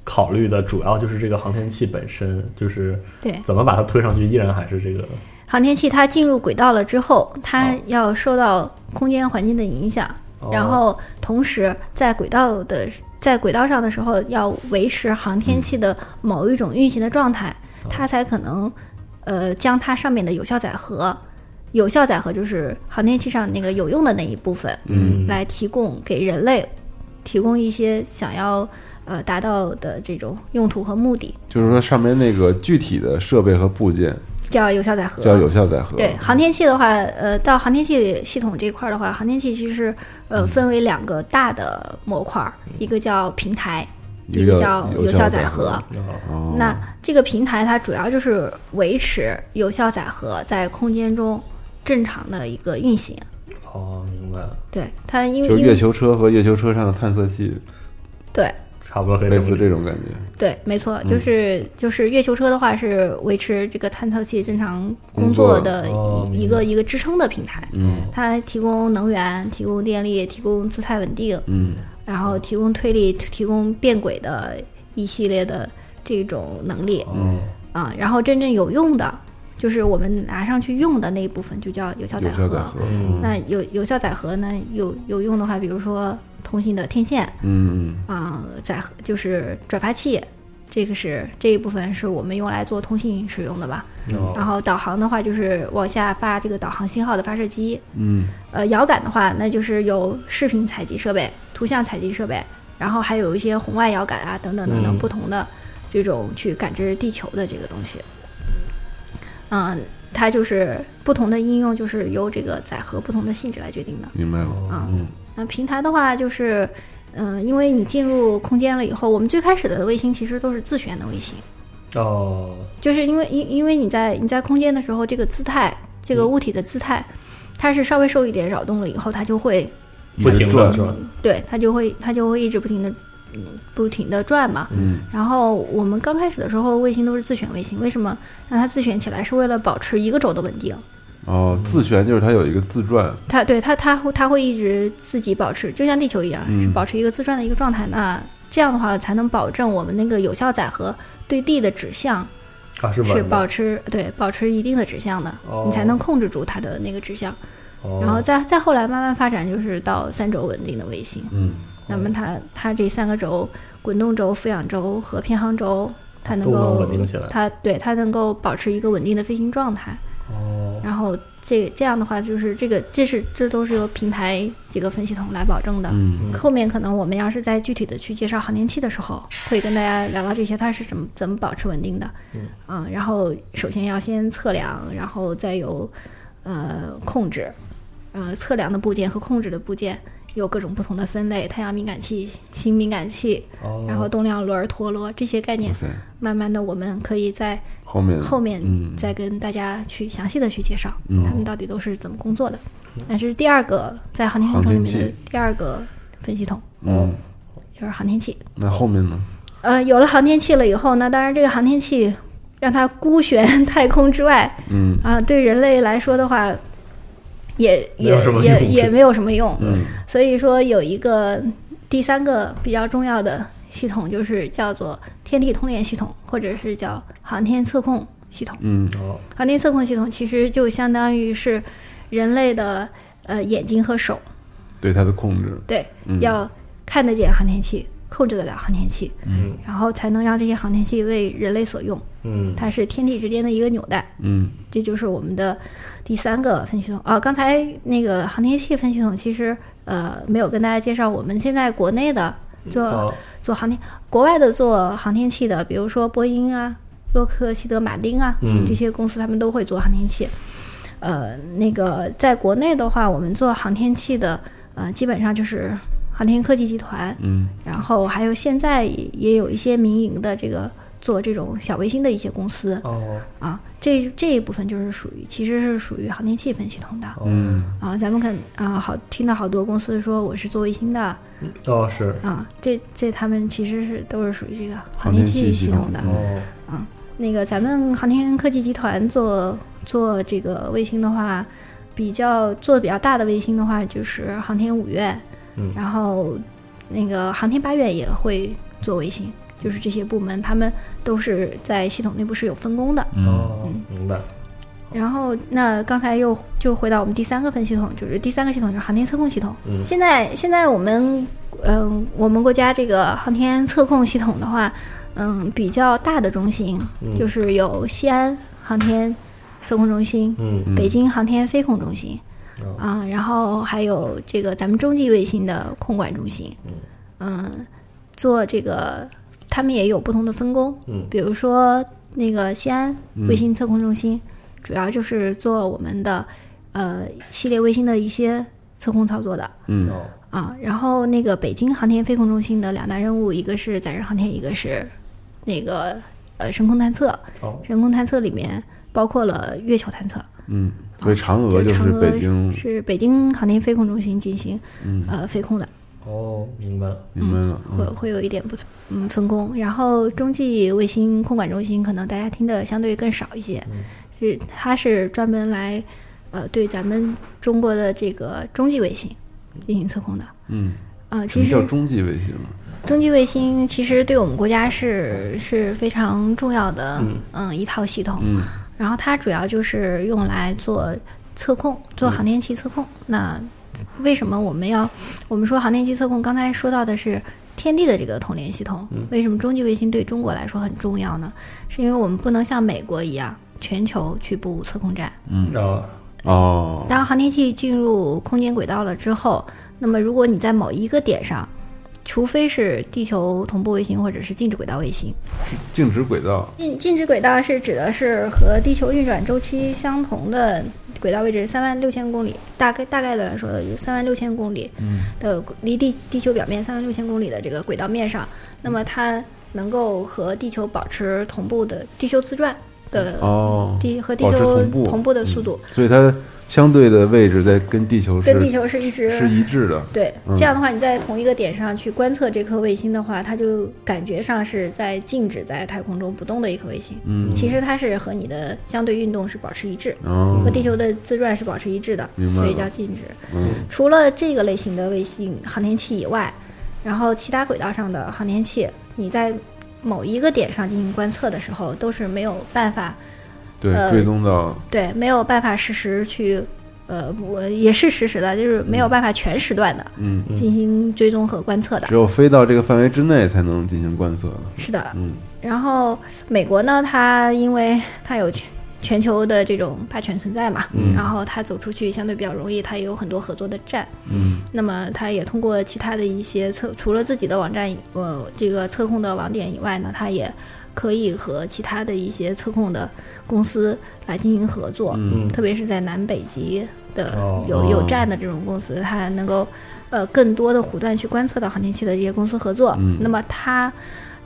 Speaker 6: 考虑的主要就是这个航天器本身，就是
Speaker 7: 对，
Speaker 6: 怎么把它推上去，依然还是这个
Speaker 7: 航天器它进入轨道了之后，它
Speaker 5: 啊
Speaker 6: 哦
Speaker 7: 要受到空间环境的影响，然后同时在轨道的在轨道上的时候，要维持航天器的某一种运行的状态，它才可能呃将它上面的有效载荷。有效载荷就是航天器上那个有用的那一部分，
Speaker 6: 嗯
Speaker 7: 来提供给人类提供一些想要呃达到的这种用途和目的，
Speaker 5: 就是说上面那个具体的设备和部件
Speaker 7: 叫有效载荷。
Speaker 5: 叫有效载荷，
Speaker 7: 对航天器的话，呃，到航天器系统这一块儿的话，航天器其实
Speaker 5: 嗯
Speaker 7: 呃分为两个大的模块儿，一个叫平台，
Speaker 5: 一
Speaker 7: 一
Speaker 5: 个
Speaker 7: 个
Speaker 5: 叫
Speaker 7: 叫
Speaker 5: 有
Speaker 7: 有
Speaker 5: 效
Speaker 7: 效
Speaker 5: 载
Speaker 7: 载
Speaker 5: 荷
Speaker 7: 荷。
Speaker 6: 啊
Speaker 5: 哦，
Speaker 7: 那这个平台它主要就是维持有效载荷在空间中正常的一个运行。
Speaker 6: 哦，明白了，
Speaker 7: 对它因为
Speaker 5: 就是
Speaker 7: 因
Speaker 5: 月
Speaker 7: 为
Speaker 5: 球车和月球车上的探测器，
Speaker 7: 对
Speaker 6: 差不多可以
Speaker 5: 类
Speaker 6: 么
Speaker 5: 似
Speaker 6: 理
Speaker 5: 这种感觉，
Speaker 7: 对，没错，
Speaker 5: 嗯
Speaker 7: 就是、就是月球车的话是维持这个探测器正常
Speaker 5: 工
Speaker 7: 工
Speaker 5: 作
Speaker 7: 作的一,、
Speaker 6: 哦明
Speaker 7: 一个一个支撑的平台。
Speaker 5: 嗯
Speaker 7: 它提供能源，提供电力，提供姿态稳定，
Speaker 5: 嗯
Speaker 7: 然后提供推力，提供变轨的一系列的这种能力
Speaker 5: 哦
Speaker 6: 嗯
Speaker 7: 啊、然后真正有用的，就是我们拿上去用的那一部分，就叫有效
Speaker 5: 有
Speaker 7: 载
Speaker 5: 效载
Speaker 7: 荷
Speaker 5: 荷。，
Speaker 6: 嗯
Speaker 7: 那有有效载荷呢，有有用的话，比如说通信的天线
Speaker 5: 嗯
Speaker 7: 啊、载荷就是转发器，这个是这一部分是我们用来做通信使用的吧。然
Speaker 5: 嗯
Speaker 6: 哦，
Speaker 7: 后导航的话，就是往下发这个导航信号的发射机。
Speaker 5: 嗯，
Speaker 7: 呃，遥感的话，那就是有视频采集设备、图像采集设备，然后还有一些红外遥感啊，等等等等
Speaker 6: 嗯
Speaker 7: 不同的这种去感知地球的这个东西。嗯，它就是不同的应用，就是由这个载荷不同的性质来决定的。
Speaker 5: 明白
Speaker 6: 哦
Speaker 5: 了，
Speaker 7: 啊
Speaker 5: 嗯，
Speaker 7: 那平台的话，就是，嗯、因为你进入空间了以后，我们最开始的卫星其实都是自旋的卫星，嗯
Speaker 6: 哦，
Speaker 7: 就是因为因因为你在你在空间的时候，这个姿态，这个物体的姿态，它是稍微受一点扰动了以后，它就会
Speaker 6: 不停
Speaker 5: 转
Speaker 6: 的转，
Speaker 7: 对它就会它就会一直不停的不停的转嘛。
Speaker 5: 嗯。
Speaker 7: 然后我们刚开始的时候，卫星都是自旋卫星，为什么让它自旋起来？是为了保持一个轴的稳定。
Speaker 5: 哦，自旋就是它有一个自转，
Speaker 7: 它对它它会它会一直自己保持，就像地球一样，
Speaker 5: 嗯
Speaker 7: 是保持一个自转的一个状态。那这样的话，才能保证我们那个有效载荷对地的指向
Speaker 6: 啊，是
Speaker 7: 是
Speaker 6: 稳
Speaker 7: 保
Speaker 6: 的，
Speaker 7: 持对保持一定的指向的，
Speaker 6: 哦
Speaker 7: 你才能控制住它的那个指向。
Speaker 6: 哦
Speaker 7: 然后再再后来慢慢发展，就是到三轴稳定的卫星。
Speaker 5: 嗯，
Speaker 7: 那么它它这三个轴——滚动轴、俯仰轴和偏航轴，它能
Speaker 6: 都能
Speaker 7: 够
Speaker 6: 稳定起来
Speaker 7: 它对它能够保持一个稳定的飞行状态。
Speaker 6: 哦，
Speaker 7: 然后这这样的话，就是这个这是这都是由平台这个分系统来保证的。
Speaker 5: 嗯
Speaker 7: 后面可能我们要是在具体的去介绍航天器的时候，会跟大家聊到这些，它是怎么怎么保持稳定的。嗯，然后首先要先测量，然后再由呃控制，呃测量的部件和控制的部件有各种不同的分类，太阳敏感器、星敏感器，
Speaker 6: 哦
Speaker 7: 然后动量轮、陀螺这些概念
Speaker 5: 哇，塞，
Speaker 7: 慢慢的我们可以在
Speaker 5: 后面
Speaker 7: 后面
Speaker 5: 嗯
Speaker 7: 再跟大家去详细的去介绍、
Speaker 5: 嗯
Speaker 7: 他们到底都是怎么工作的。那是第二个在航天工程里面
Speaker 5: 航天
Speaker 7: 的
Speaker 5: 器
Speaker 7: 第二个分系统，
Speaker 5: 嗯，
Speaker 7: 就是航天器。
Speaker 5: 那后面呢？
Speaker 7: 呃，有了航天器了以后，那当然这个航天器让它孤悬太空之外
Speaker 5: 嗯
Speaker 7: 啊、对人类来说的话，也
Speaker 6: 没有
Speaker 7: 也
Speaker 6: 什么
Speaker 7: 也
Speaker 6: 用
Speaker 7: 也没有什么用。
Speaker 5: 嗯
Speaker 7: 所以说有一个第三个比较重要的系统，就是叫做天地通联系统，或者是叫航天测控系统。
Speaker 5: 嗯
Speaker 6: 哦，
Speaker 7: 航天测控系统其实就相当于是人类的呃眼睛和手，
Speaker 5: 对它的控制，
Speaker 7: 对，
Speaker 5: 嗯
Speaker 7: 要看得见航天器，控制得了航天器，
Speaker 6: 嗯
Speaker 7: 然后才能让这些航天器为人类所用。
Speaker 6: 嗯，
Speaker 7: 它是天地之间的一个纽带，
Speaker 5: 嗯
Speaker 7: 这就是我们的第三个分系统。啊，刚才那个航天器分系统其实呃没有跟大家介绍，我们现在国内的做、
Speaker 6: 哦
Speaker 7: 做航天，国外的做航天器的，比如说波音啊、洛克希德马丁啊，
Speaker 6: 嗯
Speaker 7: 这些公司他们都会做航天器。呃，那个在国内的话，我们做航天器的，呃，基本上就是航天科技集团，
Speaker 5: 嗯
Speaker 7: 然后还有现在也也有一些民营的这个做这种小卫星的一些公司
Speaker 6: 哦，
Speaker 7: 啊，这这一部分就是属于其实是属于航天器分系统的
Speaker 5: 嗯
Speaker 7: 啊。咱们肯啊好听到好多公司说我是做卫星的，
Speaker 6: 哦是，
Speaker 7: 啊，这这他们其实是都是属于这个
Speaker 5: 航
Speaker 7: 航
Speaker 5: 天
Speaker 7: 天
Speaker 5: 器
Speaker 7: 器
Speaker 5: 系
Speaker 7: 系
Speaker 5: 统
Speaker 7: 统的。
Speaker 6: 哦，
Speaker 7: 那个咱们航天科技集团做做这个卫星的话，比较做的比较大的卫星的话，就是航天五院，
Speaker 6: 嗯
Speaker 7: 然后那个航天八院也会做卫星，就是这些部门他们都是在系统内部是有分工的。
Speaker 5: 嗯
Speaker 6: 哦，明白，
Speaker 7: 然后，那刚才又就回到我们第三个分系统，就是第三个系统就是航天测控系统。
Speaker 6: 嗯
Speaker 7: 现在现在我们嗯、我们国家这个航天测控系统的话，嗯，比较大的中心、
Speaker 6: 嗯
Speaker 7: 就是有西安航天测控中心、
Speaker 6: 嗯
Speaker 5: 嗯
Speaker 7: 北京航天飞控中心
Speaker 6: 哦
Speaker 7: 啊、然后还有这个咱们中继卫星的控管中心，嗯、做这个他们也有不同的分工，
Speaker 6: 嗯
Speaker 7: 比如说那个西安
Speaker 5: 嗯
Speaker 7: 卫星测控中心，主要就是做我们的呃系列卫星的一些测控操作的
Speaker 5: 嗯
Speaker 6: 哦
Speaker 7: 啊。然后那个北京航天飞控中心的两大任务，一个是载人航天，一个是那个呃深空探测。
Speaker 6: 哦
Speaker 7: 深空探测里面包括了月球探测，
Speaker 5: 嗯，所以嫦娥就
Speaker 7: 嫦
Speaker 5: 是
Speaker 7: 娥
Speaker 5: 北京，嗯
Speaker 7: 是北京航天飞控中心进行、呃飞控的。
Speaker 6: 哦，明白，
Speaker 5: 明白了，
Speaker 7: 会会有一点不嗯分工。然后中继卫星控管中心可能大家听的相对更少一些，
Speaker 5: 嗯
Speaker 7: 是它是专门来呃对咱们中国的这个中继卫星进行测控的。
Speaker 5: 嗯，
Speaker 7: 呃，
Speaker 5: 什
Speaker 7: 其
Speaker 5: 么叫
Speaker 7: 实
Speaker 5: 中继卫星啊？
Speaker 7: 中继卫星其实对我们国家是是非常重要的，嗯一套系统。
Speaker 5: 嗯
Speaker 7: 然后它主要就是用来做测控，做航天器测控。那为什么我们要我们说航天器测控？刚才说到的是天地的这个统联系统。为什么中继卫星对中国来说很重要呢？是因为我们不能像美国一样全球去布测控站。
Speaker 6: 啊，
Speaker 5: 嗯哦，
Speaker 7: 当航天器进入空间轨道了之后，那么如果你在某一个点上，除非是地球同步卫星或者是静止轨道卫星，
Speaker 5: 静止轨道，
Speaker 7: 静静止轨道是指的是和地球运转周期相同的轨道位置，三万六千公里，大概大概的来说有三万六千公里
Speaker 5: 嗯
Speaker 7: 的离地地球表面三万六千公里的这个轨道面上，那么它能够和地球保持同步的地球自转的
Speaker 5: 哦，
Speaker 7: 地和地
Speaker 5: 保持
Speaker 7: 球
Speaker 5: 同步
Speaker 7: 同步的速度，
Speaker 5: 所以它相对的位置在跟地球是
Speaker 7: 跟地球是一直
Speaker 5: 是一致的，
Speaker 7: 对，
Speaker 5: 嗯
Speaker 7: 这样的话，你在同一个点上去观测这颗卫星的话，它就感觉上是在静止在太空中不动的一颗卫星。
Speaker 5: 嗯，
Speaker 7: 其实它是和你的相对运动是保持一致，
Speaker 5: 哦
Speaker 7: 和，地球的自转是保持一致的，
Speaker 5: 明白
Speaker 7: 所以
Speaker 5: 了
Speaker 7: 叫静止。
Speaker 5: 嗯
Speaker 7: 除了这个类型的卫星航天器以外，然后其他轨道上的航天器，你在某一个点上进行观测的时候，都是没有办法
Speaker 5: 对，
Speaker 7: 呃
Speaker 5: 追踪到
Speaker 7: 对，没有办法实时去，呃，我也是实时的，就是没有办法全时段的，
Speaker 5: 嗯，
Speaker 7: 进行追踪和观测的
Speaker 5: 只。有飞到这个范围之内才能进行观测，
Speaker 7: 是的，
Speaker 5: 嗯
Speaker 7: 然后美国呢，它因为 它有全全球的这种霸权存在嘛，然后它走出去相对比较容易，它也有很多合作的站。
Speaker 5: 嗯，
Speaker 7: 那么它也通过其他的一些测，除了自己的网站以，呃，这个测控的网点以外呢，它也可以和其他的一些测控的公司来进行合作。
Speaker 5: 嗯
Speaker 7: 特别是在南北极的
Speaker 6: 哦
Speaker 7: 有有站的这种公司，它能够呃更多的弧段去观测到航天器的这些公司合作。
Speaker 5: 嗯
Speaker 7: 那么它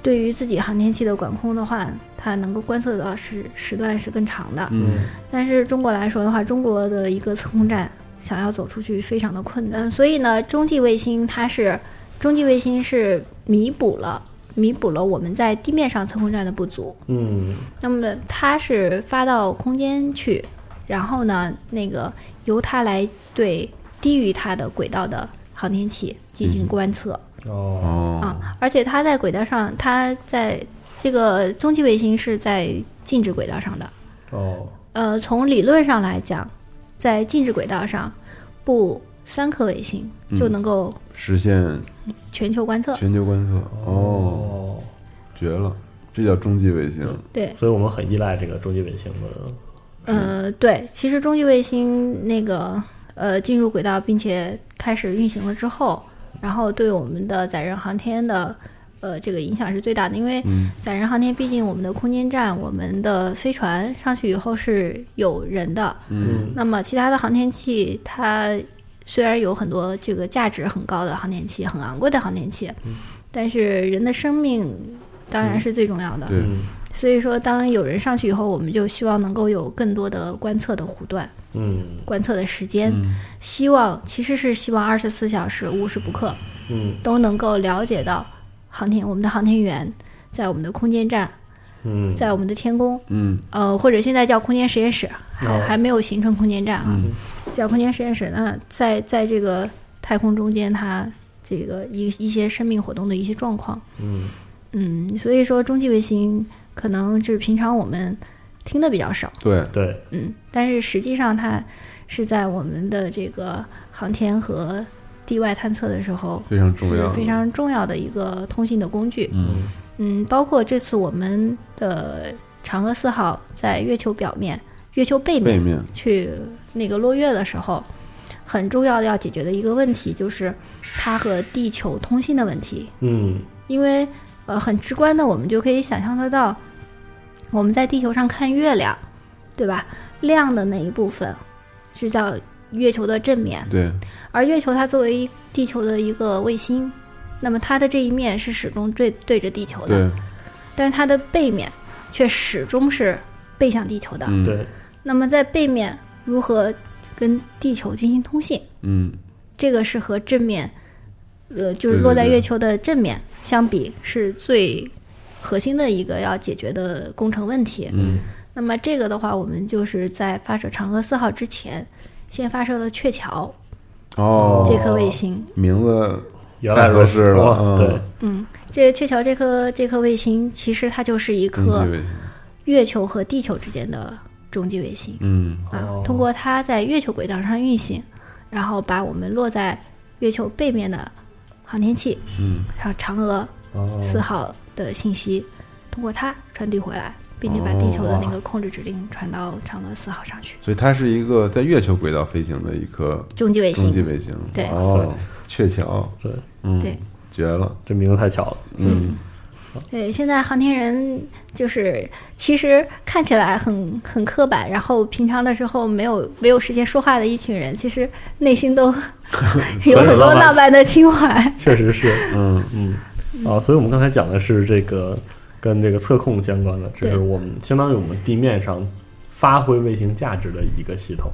Speaker 7: 对于自己航天器的管控的话，它能够观测到时时段是更长的。
Speaker 5: 嗯
Speaker 7: 但是中国来说的话，中国的一个测控站想要走出去非常的困难，所以呢，中继卫星它是中继卫星是弥补了弥补了我们在地面上测控站的不足。
Speaker 6: 嗯，
Speaker 7: 那么它是发到空间去，然后呢，那个由它来对低于它的轨道的航天器进行观测、
Speaker 6: 哦，
Speaker 5: 嗯哦，
Speaker 7: 啊，而且它在轨道上，它在这个中继卫星是在静止轨道上的。
Speaker 6: 哦，
Speaker 7: 呃，从理论上来讲，在静止轨道上布三颗卫星就
Speaker 5: 嗯
Speaker 7: 能够
Speaker 5: 实现
Speaker 7: 全球观测。
Speaker 5: 全球观测，哦，
Speaker 6: 哦，
Speaker 5: 绝了，这叫中继卫星，
Speaker 7: 对，
Speaker 6: 所以我们很依赖这个中继卫星的，
Speaker 7: 呃，对，其实中继卫星那个呃进入轨道并且开始运行了之后，然后对我们的载人航天的呃这个影响是最大的，因为
Speaker 5: 嗯
Speaker 7: 载人航天毕竟我们的空间站、我们的飞船上去以后是有人的，
Speaker 5: 嗯
Speaker 7: 那么其他的航天器它虽然有很多这个价值很高的航天器、很昂贵的航天器，但是人的生命当然是最重要的。
Speaker 5: 对，
Speaker 6: 嗯
Speaker 7: 所以说，当有人上去以后，我们就希望能够有更多的观测的弧段、
Speaker 6: 嗯
Speaker 7: 观测的时间，
Speaker 5: 嗯
Speaker 7: 希望其实是希望二十四小时无时不刻
Speaker 6: 嗯
Speaker 7: 都能够了解到航天我们的航天员在我们的空间站、
Speaker 6: 嗯，
Speaker 7: 在我们的天宫，
Speaker 5: 嗯
Speaker 7: 呃，或者现在叫空间实验室，还
Speaker 6: 哦
Speaker 7: 还没有形成空间站啊，
Speaker 5: 嗯
Speaker 7: 叫空间实验室。那在在这个太空中间，它这个一一些生命活动的一些状况。
Speaker 6: 嗯
Speaker 7: 嗯，所以说中继卫星可能就是平常我们听的比较少，
Speaker 5: 对，
Speaker 6: 对，
Speaker 7: 嗯，但是实际上它是在我们的这个航天和地外探测的时候
Speaker 5: 非常重
Speaker 7: 是
Speaker 5: 要，
Speaker 7: 非常重要的一个通信的工具。
Speaker 5: 嗯
Speaker 7: 嗯，包括这次我们的嫦娥四号在月球表面、月球背
Speaker 5: 背
Speaker 7: 面
Speaker 5: 面，
Speaker 7: 去那个落月的时候，很重要的要解决的一个问题就是它和地球通信的问题。
Speaker 6: 嗯
Speaker 7: 因为呃很直观的，我们就可以想象得到，我们在地球上看月亮，对吧？亮的那一部分是叫月球的正面，
Speaker 5: 对，
Speaker 7: 而月球它作为地球的一个卫星，那么它的这一面是始终对对着地球的，
Speaker 5: 对，
Speaker 7: 但是它的背面却始终是背向地球的。
Speaker 5: 嗯，
Speaker 6: 对，
Speaker 7: 那么在背面如何跟地球进行通信？
Speaker 5: 嗯，
Speaker 7: 这个是和正面，呃，就是
Speaker 5: 对对
Speaker 7: 落在
Speaker 5: 对
Speaker 7: 月球的正面相比，是最核心的一个要解决的工程问题。
Speaker 5: 嗯，
Speaker 7: 那么这个的话，我们就是在发射嫦娥四号之前，先发射了鹊桥
Speaker 5: 哦，
Speaker 7: 这颗卫星。
Speaker 5: 名字
Speaker 6: 原来如
Speaker 5: 太
Speaker 6: 此，
Speaker 5: 合适了
Speaker 6: 哇
Speaker 5: 嗯
Speaker 6: 对，
Speaker 7: 嗯，这鹊桥这颗这颗卫星，其实它就是一
Speaker 5: 中继
Speaker 7: 颗
Speaker 5: 卫星，
Speaker 7: 月球和地球之间的中继卫星
Speaker 5: 嗯，
Speaker 7: 啊。通过它在月球轨道上运行，然后把我们落在月球背面的航天器，
Speaker 5: 嗯，
Speaker 7: 然后嫦娥
Speaker 6: 哦，
Speaker 7: 四号的信息通过它传递回来，并且把地球
Speaker 5: 哦
Speaker 7: 的那个控制指令传到嫦娥四号上去。
Speaker 5: 所以它是一个在月球轨道飞行的一颗
Speaker 7: 终极卫
Speaker 5: 中继
Speaker 7: 星，
Speaker 5: 卫星。
Speaker 7: 对
Speaker 5: 哦，鹊桥，
Speaker 6: 对，
Speaker 5: 嗯，
Speaker 7: 对，
Speaker 5: 绝了，
Speaker 6: 这名字太巧了。
Speaker 5: 嗯，
Speaker 7: 对，现在航天人就是其实看起来很很刻板，然后平常的时候没有没有时间说话的一群人，其实内 心都有很多浪漫的情怀。
Speaker 6: 确实是，嗯嗯，啊，所以我们刚才讲的是这个跟这个测控相关的，这
Speaker 7: 对
Speaker 6: 是我们相当于我们地面上发挥卫星价值的一个系统。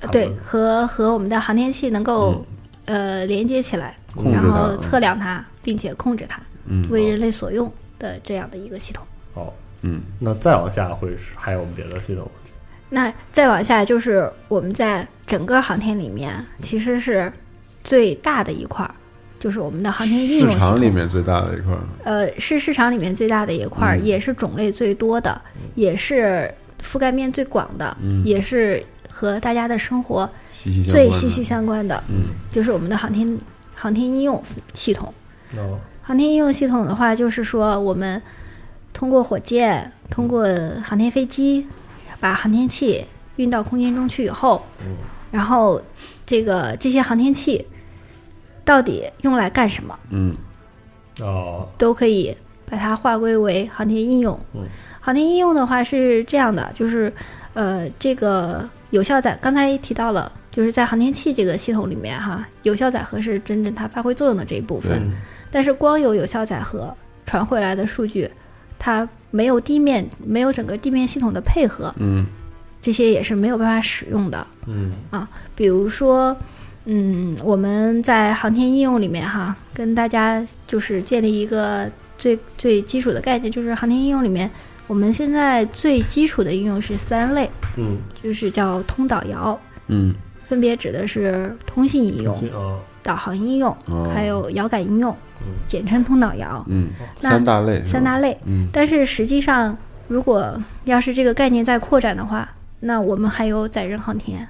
Speaker 7: 呃 对，和和我们的航天器能够、呃连接起来，
Speaker 5: 嗯控制
Speaker 7: 然
Speaker 5: 它
Speaker 7: 后测量它，并且控制它，
Speaker 5: 嗯
Speaker 7: 为人类所用的这样的一个系统。
Speaker 6: 哦，
Speaker 5: 嗯，
Speaker 6: 那再往下会是还有别的系统吗？
Speaker 7: 那再往下就是我们在整个航天里面，其实是最大的一块儿，就是我们的航天应
Speaker 5: 市
Speaker 7: 用系
Speaker 5: 场
Speaker 7: 统
Speaker 5: 里。面最大的一块儿，
Speaker 7: 呃，是市场里面最大的一块儿，
Speaker 5: 嗯
Speaker 7: 也是种类最多的，也是覆盖面最广的，
Speaker 5: 嗯
Speaker 7: 也是和大家的生活
Speaker 5: 息息相关
Speaker 7: 最
Speaker 5: 的
Speaker 7: 息息，相关的，
Speaker 5: 嗯
Speaker 7: 就是我们的航天航天应用系统。
Speaker 6: 哦，
Speaker 7: 航天应用系统的话，就是说我们通过火箭、通过航天飞机，把航天器运到空间中去以后，然后这个这些航天器到底用来干什么？
Speaker 5: 嗯
Speaker 6: 哦，
Speaker 7: 都可以把它划归为航天应用。
Speaker 6: 嗯
Speaker 7: 航天应用的话是这样的，就是呃，这个有效载刚才提到了，就是在航天器这个系统里面哈，有效载荷是真正它发挥作用的这一部分
Speaker 5: 对。
Speaker 7: 但是光有有效载荷传回来的数据，它没有地面没有整个地面系统的配合，
Speaker 5: 嗯
Speaker 7: 这些也是没有办法使用的。
Speaker 6: 嗯，
Speaker 7: 比如说，嗯，我们在航天应用里面哈，跟大家就是建立一个最最基础的概念，就是航天应用里面，我们现在最基础的应用是三类，
Speaker 6: 嗯，
Speaker 7: 就是叫通导遥，
Speaker 5: 嗯，
Speaker 7: 分别指的是通信应用、
Speaker 6: 啊，
Speaker 7: 导航应用，
Speaker 5: 哦
Speaker 7: 还有遥感应用
Speaker 6: 嗯，
Speaker 7: 简称通导遥
Speaker 5: 嗯，
Speaker 7: 那
Speaker 5: 三大类，
Speaker 7: 三大
Speaker 5: 类，
Speaker 7: 类。
Speaker 5: 嗯
Speaker 7: 但是实际上，如果要是这个概念再扩展的话，那我们还有载人航天。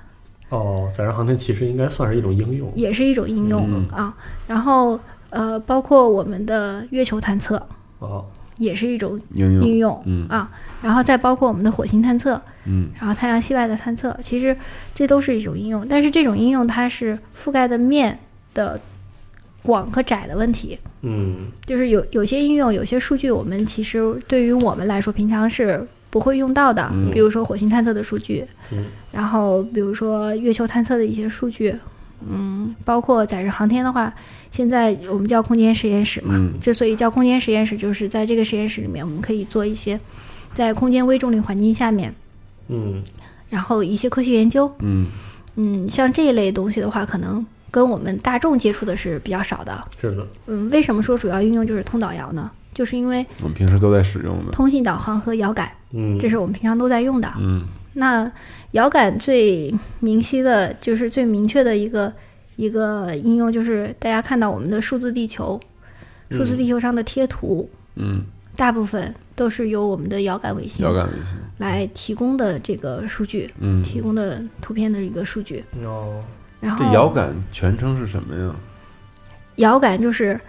Speaker 6: 哦，载人航天其实应该算是一种应用。
Speaker 7: 也是一种应用、
Speaker 5: 嗯
Speaker 7: 啊。然后呃，包括我们的月球探测
Speaker 6: 哦，
Speaker 7: 也是一种
Speaker 5: 应用
Speaker 7: 应用、
Speaker 5: 嗯
Speaker 7: 啊。然后再包括我们的火星探测，
Speaker 5: 嗯
Speaker 7: 然后太阳系外的探测，其实这都是一种应用。但是这种应用它是覆盖的面的广和窄的问题。
Speaker 6: 嗯，
Speaker 7: 就是有有些应用，有些数据，我们其实对于我们来说，平常是不会用到的。
Speaker 5: 嗯
Speaker 7: 比如说火星探测的数据，
Speaker 6: 嗯
Speaker 7: 然后比如说月球探测的一些数据，嗯，包括载人航天的话，现在我们叫空间实验室嘛。
Speaker 5: 嗯
Speaker 7: 之所以叫空间实验室，就是在这个实验室里面，我们可以做一些在空间微重力环境下面，
Speaker 6: 嗯，
Speaker 7: 然后一些科学研究。
Speaker 5: 嗯
Speaker 7: 嗯，像这一类东西的话，可能跟我们大众接触的是比较少的。
Speaker 6: 是的，
Speaker 7: 嗯，为什么说主要应用就是通导遥呢？就是因为
Speaker 5: 我们平时都在使用的，
Speaker 7: 通信导航和遥感，
Speaker 6: 嗯，
Speaker 7: 这是我们平常都在用的。
Speaker 5: 嗯
Speaker 7: 那遥感最明晰的，就是最明确的一个一个应用，就是大家看到我们的数字地球，数字地球上的贴图，
Speaker 5: 嗯，
Speaker 7: 大部分都是由我们的遥感卫星
Speaker 5: 遥感卫星，
Speaker 7: 来提供的这个数据，
Speaker 5: 嗯，
Speaker 7: 提供的图片的一个数据。
Speaker 6: 哦，
Speaker 7: 然
Speaker 5: 这遥
Speaker 7: 后
Speaker 5: 感全称是什么呀？
Speaker 7: 遥感就是。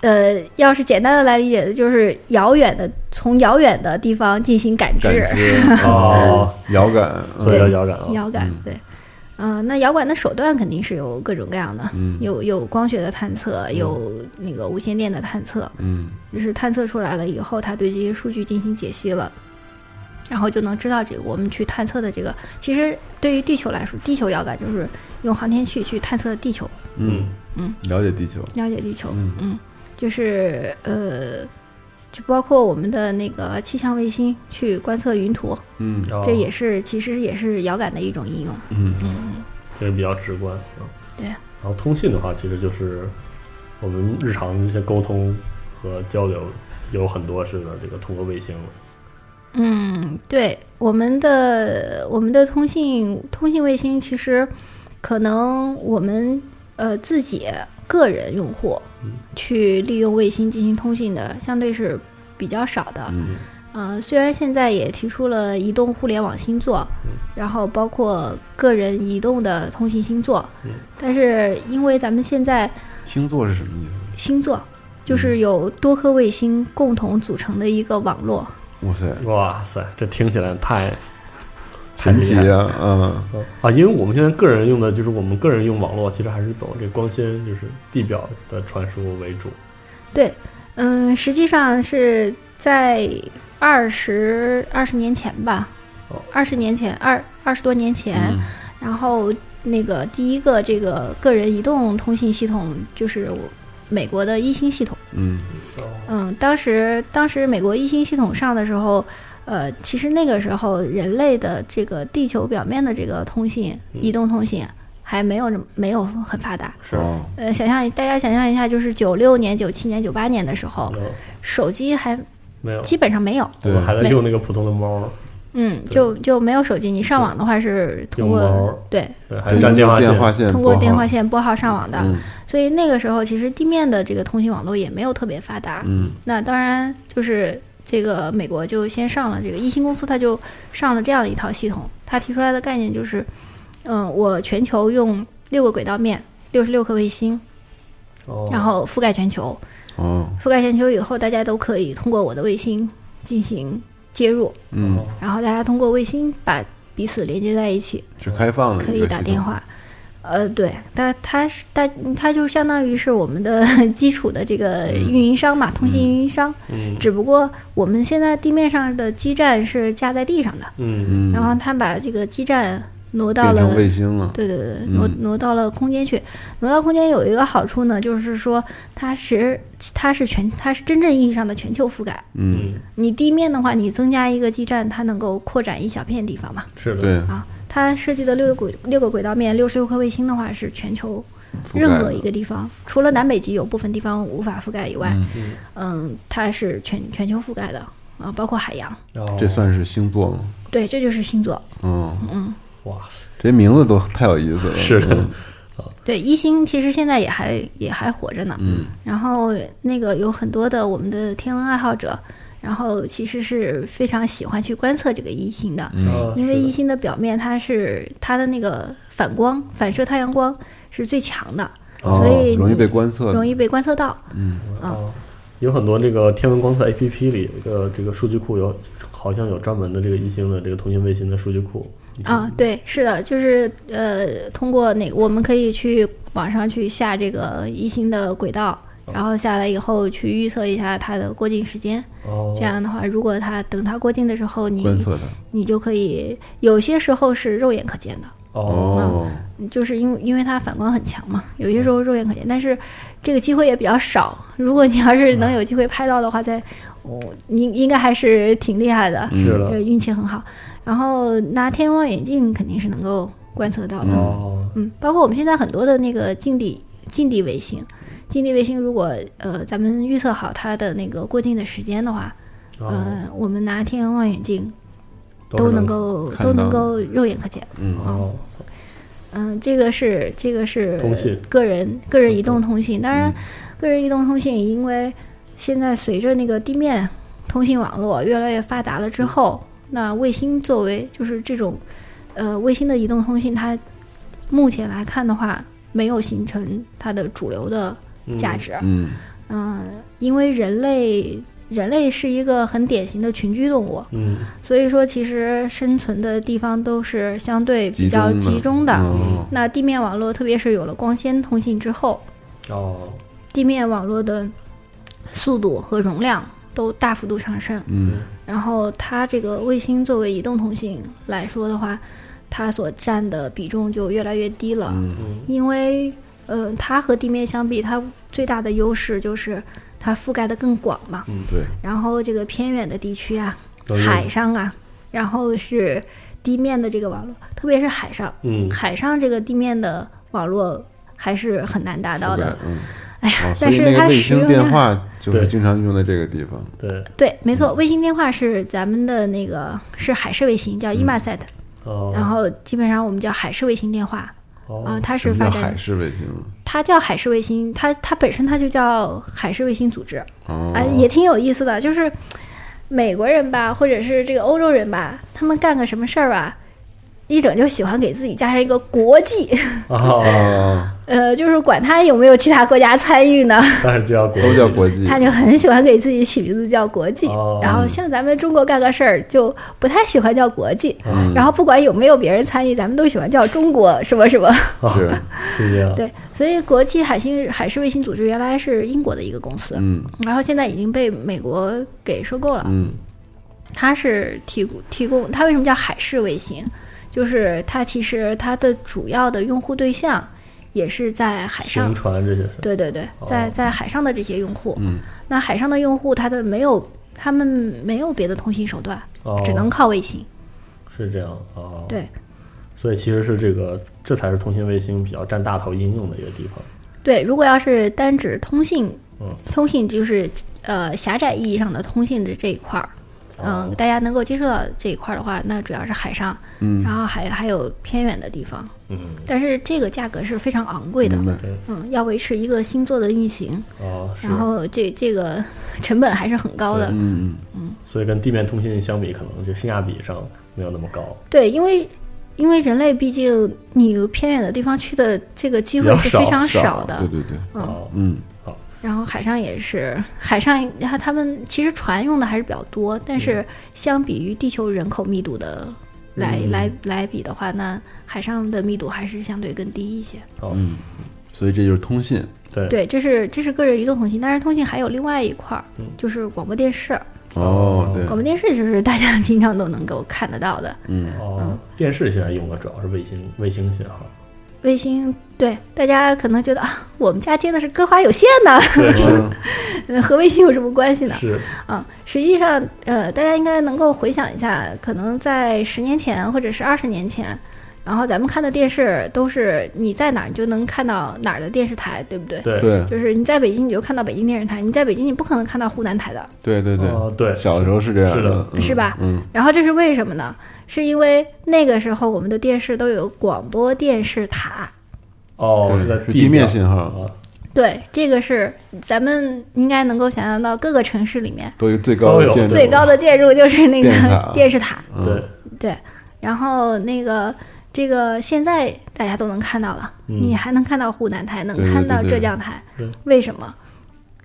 Speaker 7: 呃，要是简单的来理解的，就是遥远的从遥远的地方进行感知，
Speaker 5: 感 知嗯
Speaker 6: 哦，
Speaker 5: 遥感，
Speaker 6: 所
Speaker 5: 嗯
Speaker 6: 以叫遥感啊。
Speaker 7: 遥感
Speaker 5: 嗯
Speaker 7: 对，嗯、那遥感的手段肯定是有各种各样的，
Speaker 5: 嗯
Speaker 7: 有有光学的探测，有那个无线电的探测，
Speaker 5: 嗯
Speaker 7: 就是探测出来了以后，它对这些数据进行解析了。然后就能知道这个我们去探测的这个，其实对于地球来说，地球遥感就是用航天器去探测地球，
Speaker 5: 嗯
Speaker 7: 嗯，
Speaker 5: 了解地球，
Speaker 7: 了解地球，
Speaker 5: 嗯
Speaker 7: 就是呃，就包括我们的那个气象卫星去观测云图，
Speaker 5: 嗯
Speaker 6: 哦
Speaker 7: 这也是其实也是遥感的一种应用。
Speaker 5: 嗯
Speaker 6: 这是比较直观啊。
Speaker 7: 对
Speaker 6: 然后通信的话，其实就是我们日常的一些沟通和交流，有很多是这个通过卫星的。
Speaker 7: 嗯，对，我们的我们的通信通信卫星，其实可能我们呃自己个人用户去利用卫星进行通信的，相对是比较少的。
Speaker 5: 嗯
Speaker 7: 呃，虽然现在也提出了移动互联网星座，然后包括个人移动的通信星座，但是因为咱们现在
Speaker 5: 星座是什么意思？
Speaker 7: 星座，就是有多颗卫星共同组成的一个网络。
Speaker 5: 哇塞，
Speaker 6: 哇塞，这听起来太太
Speaker 5: 神
Speaker 6: 厉
Speaker 5: 奇
Speaker 6: 害了
Speaker 5: 啊！嗯，
Speaker 6: 啊！因为我们现在个人用的就是我们个人用网络，其实还是走这光纤，就是地表的传输为主。
Speaker 7: 对，嗯，实际上是在二十二十年前吧
Speaker 6: 哦，
Speaker 7: 二十年前二二十多年前，
Speaker 5: 嗯
Speaker 7: 然后那个第一个这个个人移动通信系统就是我美国的一星系统。
Speaker 5: 嗯
Speaker 6: 哦
Speaker 7: 嗯，当时当时美国一星系统上的时候，呃，其实那个时候人类的这个地球表面的这个通信、移动通信还没有那么没有很发达。
Speaker 6: 是
Speaker 5: 哦
Speaker 7: 呃，想象大家想象一下，就是九六年、九七年、九八年的时候，
Speaker 6: 嗯
Speaker 7: 手机还
Speaker 6: 没有，
Speaker 7: 基本上没有。
Speaker 6: 我
Speaker 5: 对
Speaker 6: 们还在用那个普通的猫，
Speaker 7: 嗯，就就没有手机，你上网的话是通
Speaker 6: 用猫
Speaker 7: 过对
Speaker 6: 对，还
Speaker 5: 对，
Speaker 6: 占电话线
Speaker 5: 电。话线
Speaker 7: 通过
Speaker 5: 嗯拨号
Speaker 7: 电话，线拨号上网的，
Speaker 5: 嗯
Speaker 7: 所以那个时候其实地面的这个通信网络也没有特别发达。
Speaker 5: 嗯
Speaker 7: 那当然就是这个美国就先上了这个一星公司，它就上了这样一套系统。它提出来的概念就是，嗯，我全球用六个轨道面，六十六颗卫星，
Speaker 6: 哦
Speaker 7: 然后覆盖全球。
Speaker 5: 哦
Speaker 7: 覆盖全球以后，大家都可以通过我的卫星进行接入，
Speaker 5: 嗯，
Speaker 7: 然后大家通过卫星把彼此连接在一起，
Speaker 5: 是开放的，
Speaker 7: 可以打电，话。呃，对，它它是它它就相当于是我们的 基础的这个
Speaker 5: 嗯
Speaker 7: 运营商嘛，通信运营商。
Speaker 6: 嗯
Speaker 7: 只不过我们现在地面上的基站是架在地上的，
Speaker 6: 嗯，
Speaker 5: 嗯，
Speaker 7: 然后它把这个基站挪到
Speaker 5: 变
Speaker 7: 了
Speaker 5: 成卫星了，
Speaker 7: 对对对，挪
Speaker 5: 嗯
Speaker 7: 挪到了空间去。挪到空间有一个好处呢，就是说它是它是全它是真正意义上的全球覆盖。
Speaker 5: 嗯，
Speaker 6: 嗯，
Speaker 7: 你地面的话，你增加一个基站，它能够扩展一小片地方嘛？
Speaker 6: 是的，
Speaker 5: 对，
Speaker 7: 啊，它设计的六个轨六个轨道面，六十六颗卫星的话是全球
Speaker 5: 覆盖
Speaker 7: 任何
Speaker 5: 的
Speaker 7: 一个地方，除了南北极有部分地方无法覆盖以外，
Speaker 5: 嗯
Speaker 6: 嗯，
Speaker 7: 嗯，它是全全球覆盖的啊，包括海洋。
Speaker 6: 哦
Speaker 5: 这算是星座吗？
Speaker 7: 对，这就是星座。
Speaker 5: 嗯，
Speaker 6: 哇塞，
Speaker 5: 这名字都太有意思了，
Speaker 6: 是的
Speaker 5: 嗯
Speaker 7: 对，一星其实现在也还也还活着呢。
Speaker 5: 嗯，
Speaker 7: 然后那个有很多的我们的天文爱好者，然后其实是非常喜欢去观测这个一星的，
Speaker 5: 嗯
Speaker 6: 哦
Speaker 7: 因为
Speaker 6: 是的
Speaker 7: 一星的表面它是它的那个反光反射太阳光是最强的，
Speaker 5: 哦
Speaker 7: 所以
Speaker 5: 容易
Speaker 7: 你
Speaker 5: 被观测的，
Speaker 7: 容易被观测到。
Speaker 6: 哦，有很多这个天文观测 APP 里有一个这个数据库有，好像有专门的这个一星的这个通信卫星的数据库。
Speaker 5: 嗯
Speaker 7: 啊，对，是的，就是呃，通过那个我们可以去网上去下这个一星的轨道，
Speaker 5: 哦
Speaker 7: 然后下来以后去预测一下它的过境时间。
Speaker 6: 哦，
Speaker 7: 这样的话，如果它等它过境的时候，你
Speaker 5: 观测它，
Speaker 7: 你就可以有些时候是肉眼可见的，
Speaker 6: 哦，
Speaker 5: 哦，
Speaker 7: 就是因为因为它反光很强嘛，有些时候肉眼可见，但是这个机会也比较少。如果你要是
Speaker 5: 嗯
Speaker 7: 能有机会拍到的话，在我、应应该还是挺厉害的。
Speaker 6: 是
Speaker 7: 呃，
Speaker 6: 的，
Speaker 7: 运气很好。然后拿天文望远镜肯定是能够观测到的，
Speaker 6: 哦，
Speaker 7: 嗯，包括我们现在很多的那个近地近地卫星，近地卫星如果呃咱们预测好它的那个过境的时间的话，
Speaker 6: 哦，
Speaker 7: 呃，我们拿天文望远镜
Speaker 6: 是
Speaker 7: 能够
Speaker 5: 看
Speaker 7: 都
Speaker 5: 到
Speaker 7: 能
Speaker 5: 的
Speaker 7: 够肉眼可见。
Speaker 5: 嗯
Speaker 6: 哦，
Speaker 7: 嗯，这个是这个是
Speaker 6: 通信
Speaker 7: 个人个人移动通
Speaker 5: 嗯
Speaker 7: 信。当然，个人移动通信，因为现在随着那个地面通信网络越来越发达了
Speaker 5: 嗯
Speaker 7: 之后，那卫星作为就是这种呃卫星的移动通信，它目前来看的话，没有形成它的主流的价值。
Speaker 5: 嗯
Speaker 7: 嗯，因为人类人类是一个很典型的群居动物，
Speaker 6: 嗯，
Speaker 7: 所以说其实生存的地方都是相对比较
Speaker 5: 集中的
Speaker 7: 集中的。
Speaker 5: 哦
Speaker 7: 那地面网络，特别是有了光纤通信之后，
Speaker 6: 哦，
Speaker 7: 地面网络的速度和容量都大幅度上升。
Speaker 5: 嗯
Speaker 7: 然后它这个卫星作为移动通信来说的话，它所占的比重就越来越低了，
Speaker 5: 嗯
Speaker 6: 嗯，
Speaker 7: 因为呃，它和地面相比，它最大的优势就是它覆盖的更广嘛。
Speaker 5: 嗯，对，
Speaker 7: 然后这个偏远的地区啊，
Speaker 6: 都是
Speaker 7: 海，上啊，然后是地面的这个网络，特别是海上。
Speaker 6: 嗯，
Speaker 7: 海上这个地面的网络还是很难达到
Speaker 5: 覆盖
Speaker 7: 的。，
Speaker 5: 嗯，
Speaker 7: 哎呀
Speaker 5: 哦，所
Speaker 7: 但
Speaker 5: 以
Speaker 7: 是
Speaker 5: 那个
Speaker 7: 它
Speaker 5: 卫
Speaker 7: 使
Speaker 5: 星
Speaker 7: 用
Speaker 5: 电
Speaker 7: 量
Speaker 5: 话就是
Speaker 6: 对
Speaker 5: 经常用在这个地方，
Speaker 6: 对，
Speaker 7: 对，没
Speaker 5: 嗯
Speaker 7: 错，卫星电话是咱们的那个是海事卫星，
Speaker 5: 嗯
Speaker 7: 叫 EMASAT，、
Speaker 6: 哦，
Speaker 7: 然后基本上我们叫海事卫星电话啊、
Speaker 6: 哦，
Speaker 7: 它
Speaker 5: 什
Speaker 7: 是
Speaker 5: 么
Speaker 7: 发
Speaker 5: 叫
Speaker 7: 展
Speaker 5: 海事卫星？
Speaker 7: 它叫海事卫星，它它本身它就叫海事卫星组织啊、
Speaker 5: 哦，
Speaker 7: 也挺有意思的，就是美国人吧，或者是这个欧洲人吧，他们干个什么事儿吧。一整就喜欢给自己加上一个国际，
Speaker 6: 啊，
Speaker 5: 啊，
Speaker 7: 呃，就是管他有没有其他国家参与呢，
Speaker 6: 但是就要国
Speaker 5: 都叫国际，
Speaker 7: 他就很喜欢给自己起名字叫国际。
Speaker 6: 哦
Speaker 7: 然后像咱们中国干个事儿就不太喜欢叫国际，
Speaker 5: 嗯
Speaker 7: 然后不管有没有别人参与，咱们都喜欢叫中国什么什么。
Speaker 5: 是，
Speaker 6: 是这样，
Speaker 7: 对，所以国际海星海事卫星组织原来是英国的一个公司，
Speaker 5: 嗯
Speaker 7: 然后现在已经被美国给收购了。
Speaker 5: 嗯
Speaker 7: 它是提供提供，它为什么叫海事卫星？就是它其实它的主要的用户对象也是在海上
Speaker 6: 行，船这些事，
Speaker 7: 对对对，在在海上的这些用户。
Speaker 5: 嗯，
Speaker 7: 那海上的用户，他的没有他们没有别的通信手段，
Speaker 6: 哦
Speaker 7: 只能靠卫星。
Speaker 6: 是这样哦，
Speaker 7: 对
Speaker 6: 所以其实是这个，这才是通信卫星比较占大头应用的一个地方。
Speaker 7: 对，如果要是单指通信
Speaker 6: 嗯，
Speaker 7: 通信就是呃狭窄意义上的通信的这一块儿。嗯、
Speaker 6: 哦
Speaker 7: 大家能够接触到这一块儿的话，那主要是海上，
Speaker 5: 嗯
Speaker 7: 然后还还有偏远的地方。
Speaker 6: 嗯，
Speaker 7: 但是这个价格是非常昂贵的
Speaker 5: 明，白，
Speaker 7: 嗯，要维持一个星座的运行，
Speaker 6: 哦，是
Speaker 7: 然，后这这个成本还是很高的。
Speaker 5: 嗯
Speaker 6: 所以跟地面通信相比，可能就性价比上没有那么高，
Speaker 7: 对，因为因为人类毕竟你由偏远的地方去的这个机会
Speaker 6: 比较
Speaker 7: 是
Speaker 6: 少
Speaker 7: 非常
Speaker 5: 嗯，
Speaker 7: 少的
Speaker 5: 对，对对，
Speaker 7: 嗯
Speaker 6: 哦，
Speaker 5: 嗯
Speaker 7: 然后海上也是，海上他他们其实船用的还是比较多，但是相比于地球人口密度的来、来来比的话，那海上的密度还是相对更低一些。
Speaker 6: 哦，
Speaker 5: 嗯，所以这就是通信，
Speaker 6: 对，
Speaker 7: 对，这是这是个人移动通信，但是通信还有另外一块儿
Speaker 6: 嗯，
Speaker 7: 就是广播电视。
Speaker 5: 哦，对
Speaker 7: 广，播电视就是大家平常都能够看得到的，
Speaker 5: 嗯
Speaker 6: 哦，电视现在用的主要是卫星卫星信 号，
Speaker 7: 卫星对大家可能觉得啊，我们家接的是歌华有线
Speaker 6: 对，
Speaker 5: 嗯
Speaker 7: 呢，和卫星有什么关系呢？
Speaker 6: 是
Speaker 7: 啊，实际上，呃，大家应该能够回想一下，可能在十年前或者是二十年前，然后咱们看的电视都是你在哪儿你就能看到哪儿的电视台，对不对？
Speaker 6: 对
Speaker 5: 对
Speaker 7: 就是你在北京你就看到北京电视台，你在北京你不可能看到湖南台的，
Speaker 5: 对对对，
Speaker 6: 哦对，
Speaker 5: 小时候是这样的，嗯
Speaker 7: 是吧？
Speaker 5: 嗯
Speaker 7: 然后这是为什么呢？是因为那个时候我们的电视都有广播电视塔，
Speaker 6: 哦
Speaker 5: 对
Speaker 6: 是在
Speaker 5: 是地面信号
Speaker 6: 啊，
Speaker 7: 对，这个是咱们应该能够想象到各个城市里面
Speaker 5: 都有最高的建筑，
Speaker 7: 最高的介入就是那
Speaker 5: 电视塔
Speaker 7: 个电视塔，
Speaker 5: 嗯
Speaker 6: 对，
Speaker 7: 对，然后那个这个现在大家都能看到了，
Speaker 6: 嗯
Speaker 7: 你还能看到湖南台，能
Speaker 5: 对对
Speaker 7: 看
Speaker 5: 对
Speaker 7: 到
Speaker 5: 对
Speaker 7: 浙江台，
Speaker 6: 对
Speaker 7: 为什么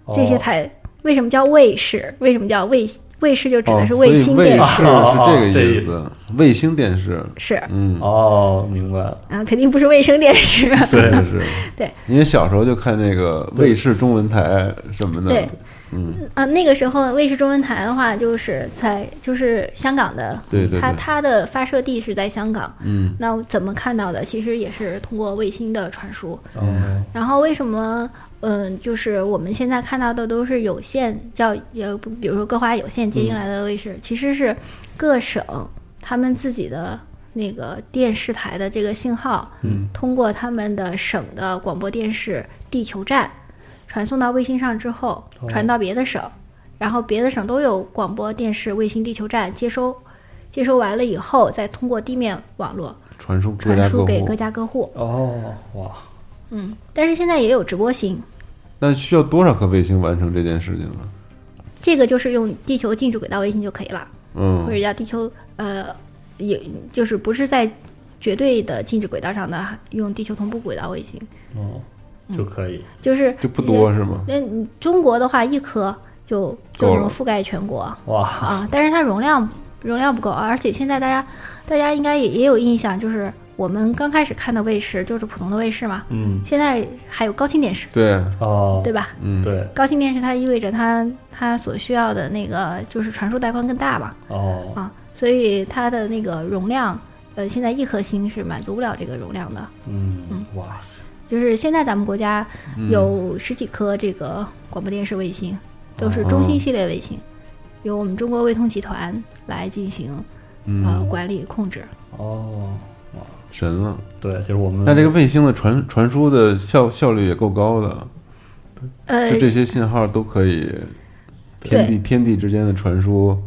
Speaker 6: 哦
Speaker 7: 嗯这些台、为什么叫卫视？为什么叫卫卫视？就指
Speaker 5: 哦
Speaker 7: 的是
Speaker 5: 所以
Speaker 7: 卫星电
Speaker 5: 哦卫视是
Speaker 7: 视，
Speaker 5: 这个意思，卫星电视，
Speaker 7: 是
Speaker 5: 嗯，
Speaker 6: 哦，明白了，
Speaker 7: 啊，肯定不是卫生电视，
Speaker 5: 对是，
Speaker 7: 对，
Speaker 5: 因为小时候就看那个卫视中文台什么的，
Speaker 7: 对，
Speaker 5: 嗯，
Speaker 7: 啊，那个时候卫视中文台的话，就是在就是香港的，
Speaker 5: 对对
Speaker 7: 它
Speaker 5: 对，
Speaker 7: 它的发射地是在香港，
Speaker 5: 嗯，
Speaker 7: 那我怎么看到的？其实也是通过卫星的传输，
Speaker 6: 哦，
Speaker 5: 嗯
Speaker 7: 然后为什么？嗯，就是我们现在看到的都是有线叫呃，不比如说歌华有线接
Speaker 5: 嗯
Speaker 7: 进来的卫视，其实是各省他们自己的那个电视台的这个信号，
Speaker 5: 嗯，
Speaker 7: 通过他们的省的广播电视地球站传送到卫星上之后，
Speaker 5: 哦
Speaker 7: 传到别的省，然后别的省都有广播电视卫星地球站接收，接收完了以后，再通过地面网络
Speaker 5: 传输各
Speaker 7: 传
Speaker 5: 家各
Speaker 7: 输给
Speaker 5: 户
Speaker 7: 各，家各户。
Speaker 6: 哦，哇，
Speaker 7: 嗯，但是现在也有直播星。
Speaker 5: 那需要多少颗卫星完成这件事情呢？
Speaker 7: 这个就是用地球进驻轨道卫星就可以了，或者
Speaker 5: 嗯，
Speaker 7: 叫地球呃，也就是不是在绝对的静止轨道上的，用地球同步轨道卫星，
Speaker 6: 哦，
Speaker 7: 嗯
Speaker 6: 就可以，
Speaker 7: 就是
Speaker 5: 就不
Speaker 7: 一些
Speaker 5: 多。是吗？
Speaker 7: 那你中国的话，一颗就就
Speaker 5: 够
Speaker 7: 能
Speaker 5: 了
Speaker 7: 覆盖全国
Speaker 6: 哇，
Speaker 7: 啊，但是它容量容量不够，而且现在大家大家应该也也有印象，就是我们刚开始看的卫视就是普通的卫视嘛，
Speaker 6: 嗯，
Speaker 7: 现在还有高清电视，
Speaker 5: 对，
Speaker 6: 哦，
Speaker 7: 对吧？
Speaker 5: 嗯，
Speaker 6: 对，
Speaker 7: 高清电视它意味着它它所需要的那个就是传输带宽更大嘛，
Speaker 6: 哦，
Speaker 7: 啊，所以它的那个容量，呃，现在一颗星是满足不了这个容量的。
Speaker 6: 嗯，哇塞，
Speaker 7: 就是现在咱们国家
Speaker 5: 嗯
Speaker 7: 有十几颗这个广播电视卫星，都
Speaker 5: 哦
Speaker 7: 是中兴系列卫星，由我们中国卫通集团来进行呃
Speaker 5: 嗯，
Speaker 7: 管理控制。
Speaker 6: 哦，
Speaker 5: 神了。
Speaker 6: 对，就是我们
Speaker 5: 那这个卫星的传传输的效效率也够高的，
Speaker 7: 呃
Speaker 5: 就，这些信号都可以天地天地之间的传输。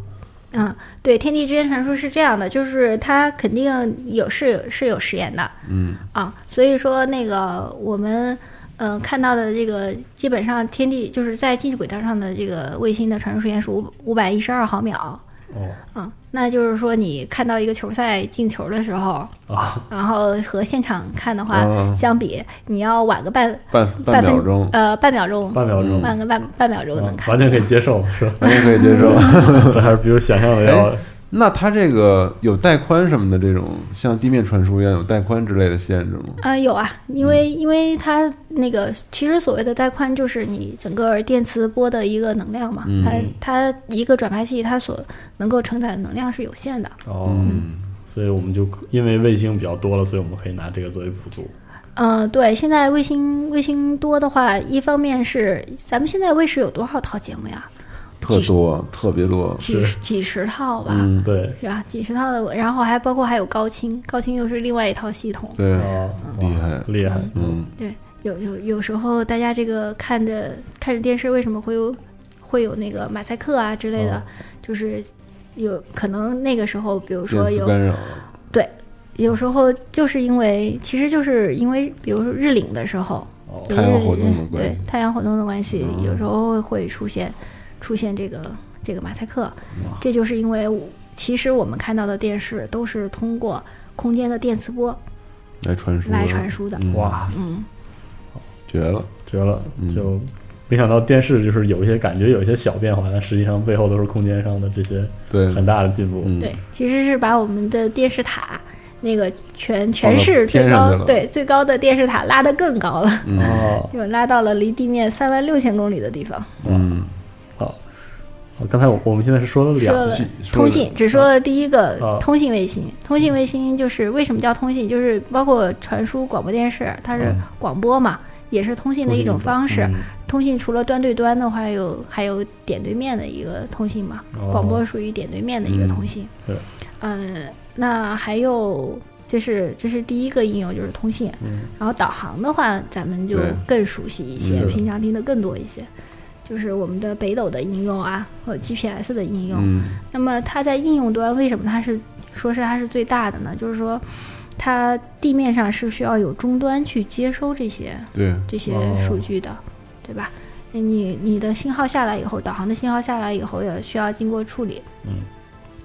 Speaker 7: 嗯，对，天地之间传输是这样的，就是它肯定有是有是有时延的，
Speaker 5: 嗯
Speaker 7: 啊，所以说那个我们嗯、呃看到的这个基本上天地就是在静止轨道上的这个卫星的传输时间是五五百一十二毫秒，
Speaker 6: 哦
Speaker 7: 嗯，那就是说你看到一个球赛进球的时候，
Speaker 6: 啊，
Speaker 7: 然后和现场看的话、
Speaker 5: 嗯
Speaker 7: 相比，你要晚个半
Speaker 5: 半半
Speaker 7: 半分
Speaker 5: 秒钟，
Speaker 7: 呃半秒钟，
Speaker 6: 半秒钟，
Speaker 7: 晚个半嗯半秒钟能
Speaker 6: 啊
Speaker 7: 看
Speaker 6: 完全可以接 受，是吧？
Speaker 5: 完全可以接受。
Speaker 6: 这还是比我想象的
Speaker 5: 哎
Speaker 6: 要
Speaker 5: 那它这个有带宽什么的这种，像地面传输一样有带宽之类的限制吗？
Speaker 7: 啊、有啊，因
Speaker 5: 嗯
Speaker 7: 为因为它那个其实所谓的带宽就是你整个电磁波的一个能量嘛，
Speaker 5: 嗯
Speaker 7: 它它一个转发器它所能够承载的能量是有限的。
Speaker 6: 哦，
Speaker 5: 嗯
Speaker 6: 所以我们就因为卫星比较多了，所以我们可以拿这个作为补足。
Speaker 7: 嗯、对，现在卫星卫星多的话，一方面是咱们现在卫视有多少套节目呀？
Speaker 5: 特多，特别多。
Speaker 7: 几十几十套吧，
Speaker 5: 嗯，
Speaker 6: 对，
Speaker 7: 是吧？几十套的，然后还包括还有高清，高清又是另外一套系统。
Speaker 5: 对，
Speaker 6: 哦，
Speaker 5: 嗯厉害。
Speaker 6: 厉害，
Speaker 5: 嗯，
Speaker 7: 对，有有有时候大家这个看着看着电视，为什么会有会有那个马赛克啊之类的？
Speaker 6: 哦
Speaker 7: 就是有可能那个时候，比如
Speaker 5: 电
Speaker 7: 说
Speaker 5: 磁
Speaker 7: 有
Speaker 5: 干扰，
Speaker 7: 有时候就是因为，其实就是因为，比如说日领的时候，
Speaker 6: 哦
Speaker 7: 有
Speaker 5: 太阳
Speaker 7: 日
Speaker 5: 活动
Speaker 7: 领
Speaker 5: 的关
Speaker 7: 对
Speaker 5: 系
Speaker 7: 太阳活动的关系，哦有时候会出现出现这个这个马赛克，这就是因为我其实我们看到的电视都是通过空间的电磁波
Speaker 5: 来传输，
Speaker 7: 来传，输的，
Speaker 5: 嗯、，
Speaker 6: 哇，
Speaker 7: 嗯。
Speaker 5: 绝了！
Speaker 6: 绝了
Speaker 5: 嗯！
Speaker 6: 就没想到电视就是有一些感觉有一些小变化，但实际上背后都是空间上的这些
Speaker 5: 对，
Speaker 6: 很大的进步。
Speaker 5: 嗯，
Speaker 7: 对，其实是把我们的电视塔那个全
Speaker 5: 放
Speaker 7: 全
Speaker 5: 到
Speaker 7: 市最
Speaker 5: 天上去
Speaker 7: 高
Speaker 5: 了
Speaker 7: 对最高的电视塔拉得更高了，
Speaker 5: 嗯
Speaker 6: 哦，
Speaker 7: 就拉到了离地面三万六千公里的地方。
Speaker 5: 嗯，
Speaker 6: 好刚才我我们现在是说了
Speaker 7: 说
Speaker 6: 两
Speaker 7: 了
Speaker 5: 是说
Speaker 7: 通信，只说了第一
Speaker 6: 啊
Speaker 7: 个通信卫星。通信卫星就是为什么叫通信，就是包括传输广播电视，它是
Speaker 6: 嗯
Speaker 7: 广播嘛，也是通信的一种方式。
Speaker 6: 嗯
Speaker 7: 通信除了端对端的话，还有还有点对面的一个通信嘛。
Speaker 6: 哦
Speaker 7: 广播属于点对面的一个通信。
Speaker 6: 嗯
Speaker 7: 嗯，那还有就是这是第一个应用就是通信，
Speaker 6: 嗯
Speaker 7: 然后导航的话，咱们就
Speaker 5: 对
Speaker 7: 更熟悉一些，
Speaker 6: 是的
Speaker 7: 平常听的更多一些。就是我们的北斗的应用啊，和 GPS 的应用。
Speaker 5: 嗯，
Speaker 7: 那么它在应用端为什么它是说是它是最大的呢？就是说，它地面上是需要有终端去接收这些
Speaker 5: 对，
Speaker 7: 这些
Speaker 6: 哦
Speaker 7: 数据的，对吧？那你你的信号下来以后，导航的信号下来以后，也需要经过处理，
Speaker 6: 嗯，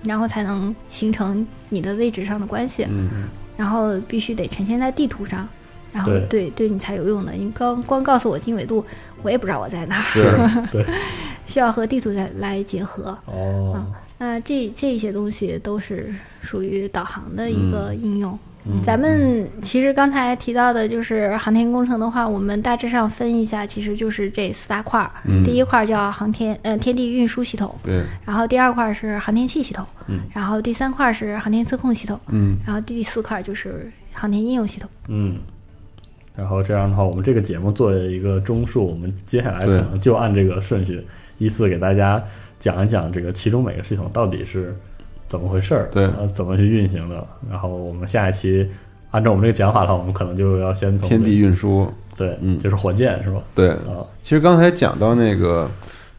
Speaker 7: 然后才能形成你的位置上的关系，
Speaker 5: 嗯，
Speaker 7: 然后必须得呈现在地图上，然后
Speaker 6: 对
Speaker 7: 对对你才有用的。你光光告诉我经纬度，我也不知道我在哪儿，
Speaker 5: 是，
Speaker 7: 需要和地图来来结合。嗯
Speaker 6: 哦，
Speaker 7: 那这这些东西都是属于导航的一个应用。
Speaker 6: 嗯
Speaker 7: 咱们其实刚才提到的，就是航天工程的话，我们大致上分一下，其实就是这四大块儿。
Speaker 5: 嗯
Speaker 7: 第一块儿叫航天，呃，天地运输系统；
Speaker 5: 对，
Speaker 7: 然后第二块儿是航天器系统；
Speaker 6: 嗯
Speaker 7: 然后第三块儿是航天测控系统；
Speaker 5: 嗯，
Speaker 7: 然后第四块儿就是航天应用系统。
Speaker 6: 嗯。然后这样的话，我们这个节目作为一个综述，我们接下来可能就按这个顺序依次给大家讲一讲这个其中每个系统到底是怎么回事儿，
Speaker 5: 对
Speaker 6: 呃，怎么去运行的。然后我们下一期按照我们这个讲法的话，我们可能就要先从
Speaker 5: 天
Speaker 6: 这
Speaker 5: 地运输，
Speaker 6: 对，
Speaker 5: 嗯
Speaker 6: 就是火箭是吧？
Speaker 5: 对，
Speaker 6: 啊，
Speaker 5: 其实刚才讲到那个，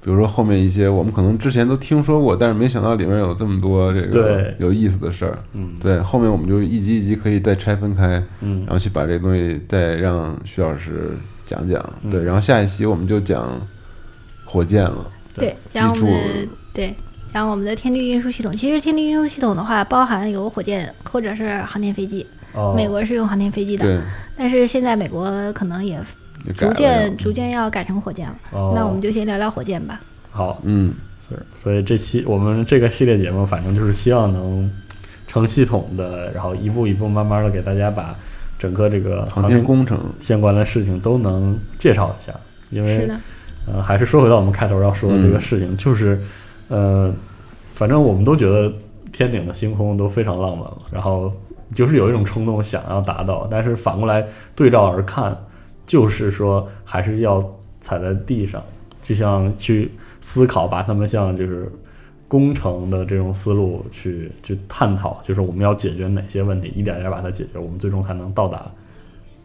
Speaker 5: 比如说后面一些我们可能之前都听说过，但是没想到里面有这么多这个
Speaker 6: 对
Speaker 5: 有意思的事儿。
Speaker 6: 嗯，
Speaker 5: 对，后面我们就一集一集可以再拆分开，
Speaker 6: 嗯
Speaker 5: 然，后去把这个东西再让徐老师讲讲。
Speaker 6: 嗯
Speaker 5: 对，然后下一期我们就讲火箭了。
Speaker 6: 对
Speaker 7: 对，讲我们
Speaker 5: 记
Speaker 7: 的对讲我们的天地运输系统。其实天地运输系统的话，包含有火箭或者是航天飞机。
Speaker 6: 哦
Speaker 7: 美国是用航天飞机的，
Speaker 5: 对，
Speaker 7: 但是现在美国可能也
Speaker 5: 就改
Speaker 7: 逐
Speaker 5: 了
Speaker 7: 渐
Speaker 5: 又
Speaker 7: 逐渐要改成火箭了。
Speaker 6: 嗯哦
Speaker 7: 那我们就先聊聊火箭吧。
Speaker 6: 好，
Speaker 5: 嗯，
Speaker 6: 是，所以这期我们这个系列节目，反正就是希望能成系统的，然后一步一步慢慢的给大家把整个这个
Speaker 5: 航天工程，
Speaker 6: 相关的事情都能介绍一下，因
Speaker 7: 是
Speaker 6: 为
Speaker 7: 的，
Speaker 6: 呃，还是说回到我们开头要说的这个事情，就是
Speaker 7: 嗯
Speaker 6: 呃，反正我们都觉得天顶的星空都非常浪漫，然后就是有一种冲动想要达到，但是反过来对照而看，就是说还是要踩在地上，就像去思考，把他们像就是。工程的这种思路去去探讨，就是我们要解决哪些问题，一点一点把它解决，我们最终才能到达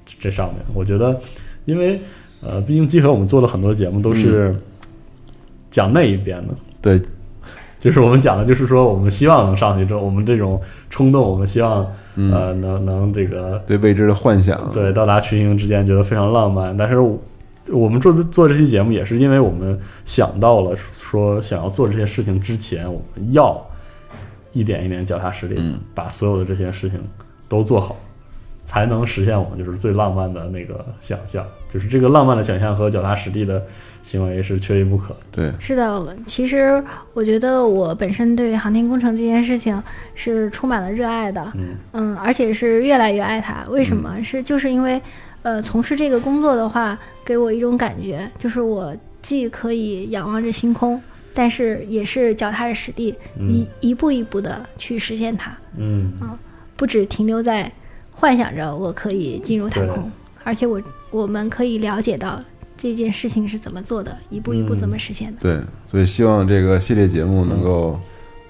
Speaker 6: 这这上面。我觉得，因为呃，毕竟集合我们做了很多节目都是讲那一边的，
Speaker 5: 对，
Speaker 6: 就是我们讲的就是说我们希望能上去之后，我们这种冲动，我们希望呃能能这个
Speaker 5: 嗯对未知的幻想，
Speaker 6: 对到达群星之间觉得非常浪漫，但是我。我们做做这期节目，也是因为我们想到了说想要做这些事情之前，我们要一点一点脚踏实地，
Speaker 5: 嗯
Speaker 6: 把所有的这些事情都做好，才能实现我们就是最浪漫的那个想象。就是这个浪漫的想象和脚踏实地的行为是缺一不可的。
Speaker 5: 对，
Speaker 7: 是的，其实我觉得我本身对航天工程这件事情是充满了热爱的，
Speaker 6: 嗯
Speaker 7: 嗯，而且是越来越爱它。为什么？是就是因为，呃，从事这个工作的话，给我一种感觉，就是我既可以仰望着星空，但是也是脚踏实地，一一步一步的去实现它，
Speaker 6: 嗯
Speaker 7: 不只停留在幻想着我可以进入太空，而且我我们可以了解到这件事情是怎么做的，一步一步怎么实现的。
Speaker 5: 对，所以希望这个系列节目能够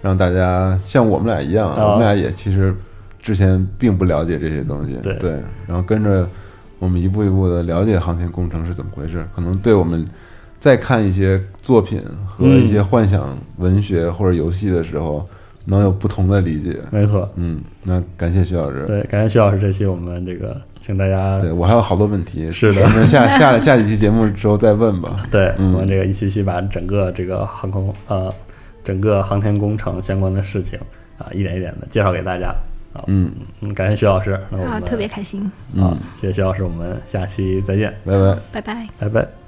Speaker 5: 让大家像我们俩一样，
Speaker 6: 嗯啊
Speaker 5: 我们俩也其实之前并不了解这些东西，
Speaker 6: 对
Speaker 5: 然后跟着我们一步一步的了解航天工程是怎么回事，可能对我们再看一些作品和一些幻想文学或者游戏的时候，能有不同的理解。
Speaker 6: 没错。
Speaker 5: 嗯，那感谢徐老师。
Speaker 6: 对，感谢徐老师这期我们这个，请大家
Speaker 5: 对我还有好多问题，
Speaker 6: 是的
Speaker 5: 我们下下下几期节目之后再问 吧。
Speaker 6: 对，
Speaker 5: 嗯
Speaker 6: 我们这个一期期把整个这个航空呃，整个航天工程相关的事情啊，一点一点的介绍给大家。好，
Speaker 5: 嗯
Speaker 6: 嗯，感谢徐老师，那我
Speaker 7: 啊，
Speaker 6: 们
Speaker 7: 特别开心，
Speaker 5: 嗯
Speaker 6: 啊，，谢谢徐老师，我们下期再见，
Speaker 5: 拜拜。
Speaker 7: 拜拜。
Speaker 6: 拜拜。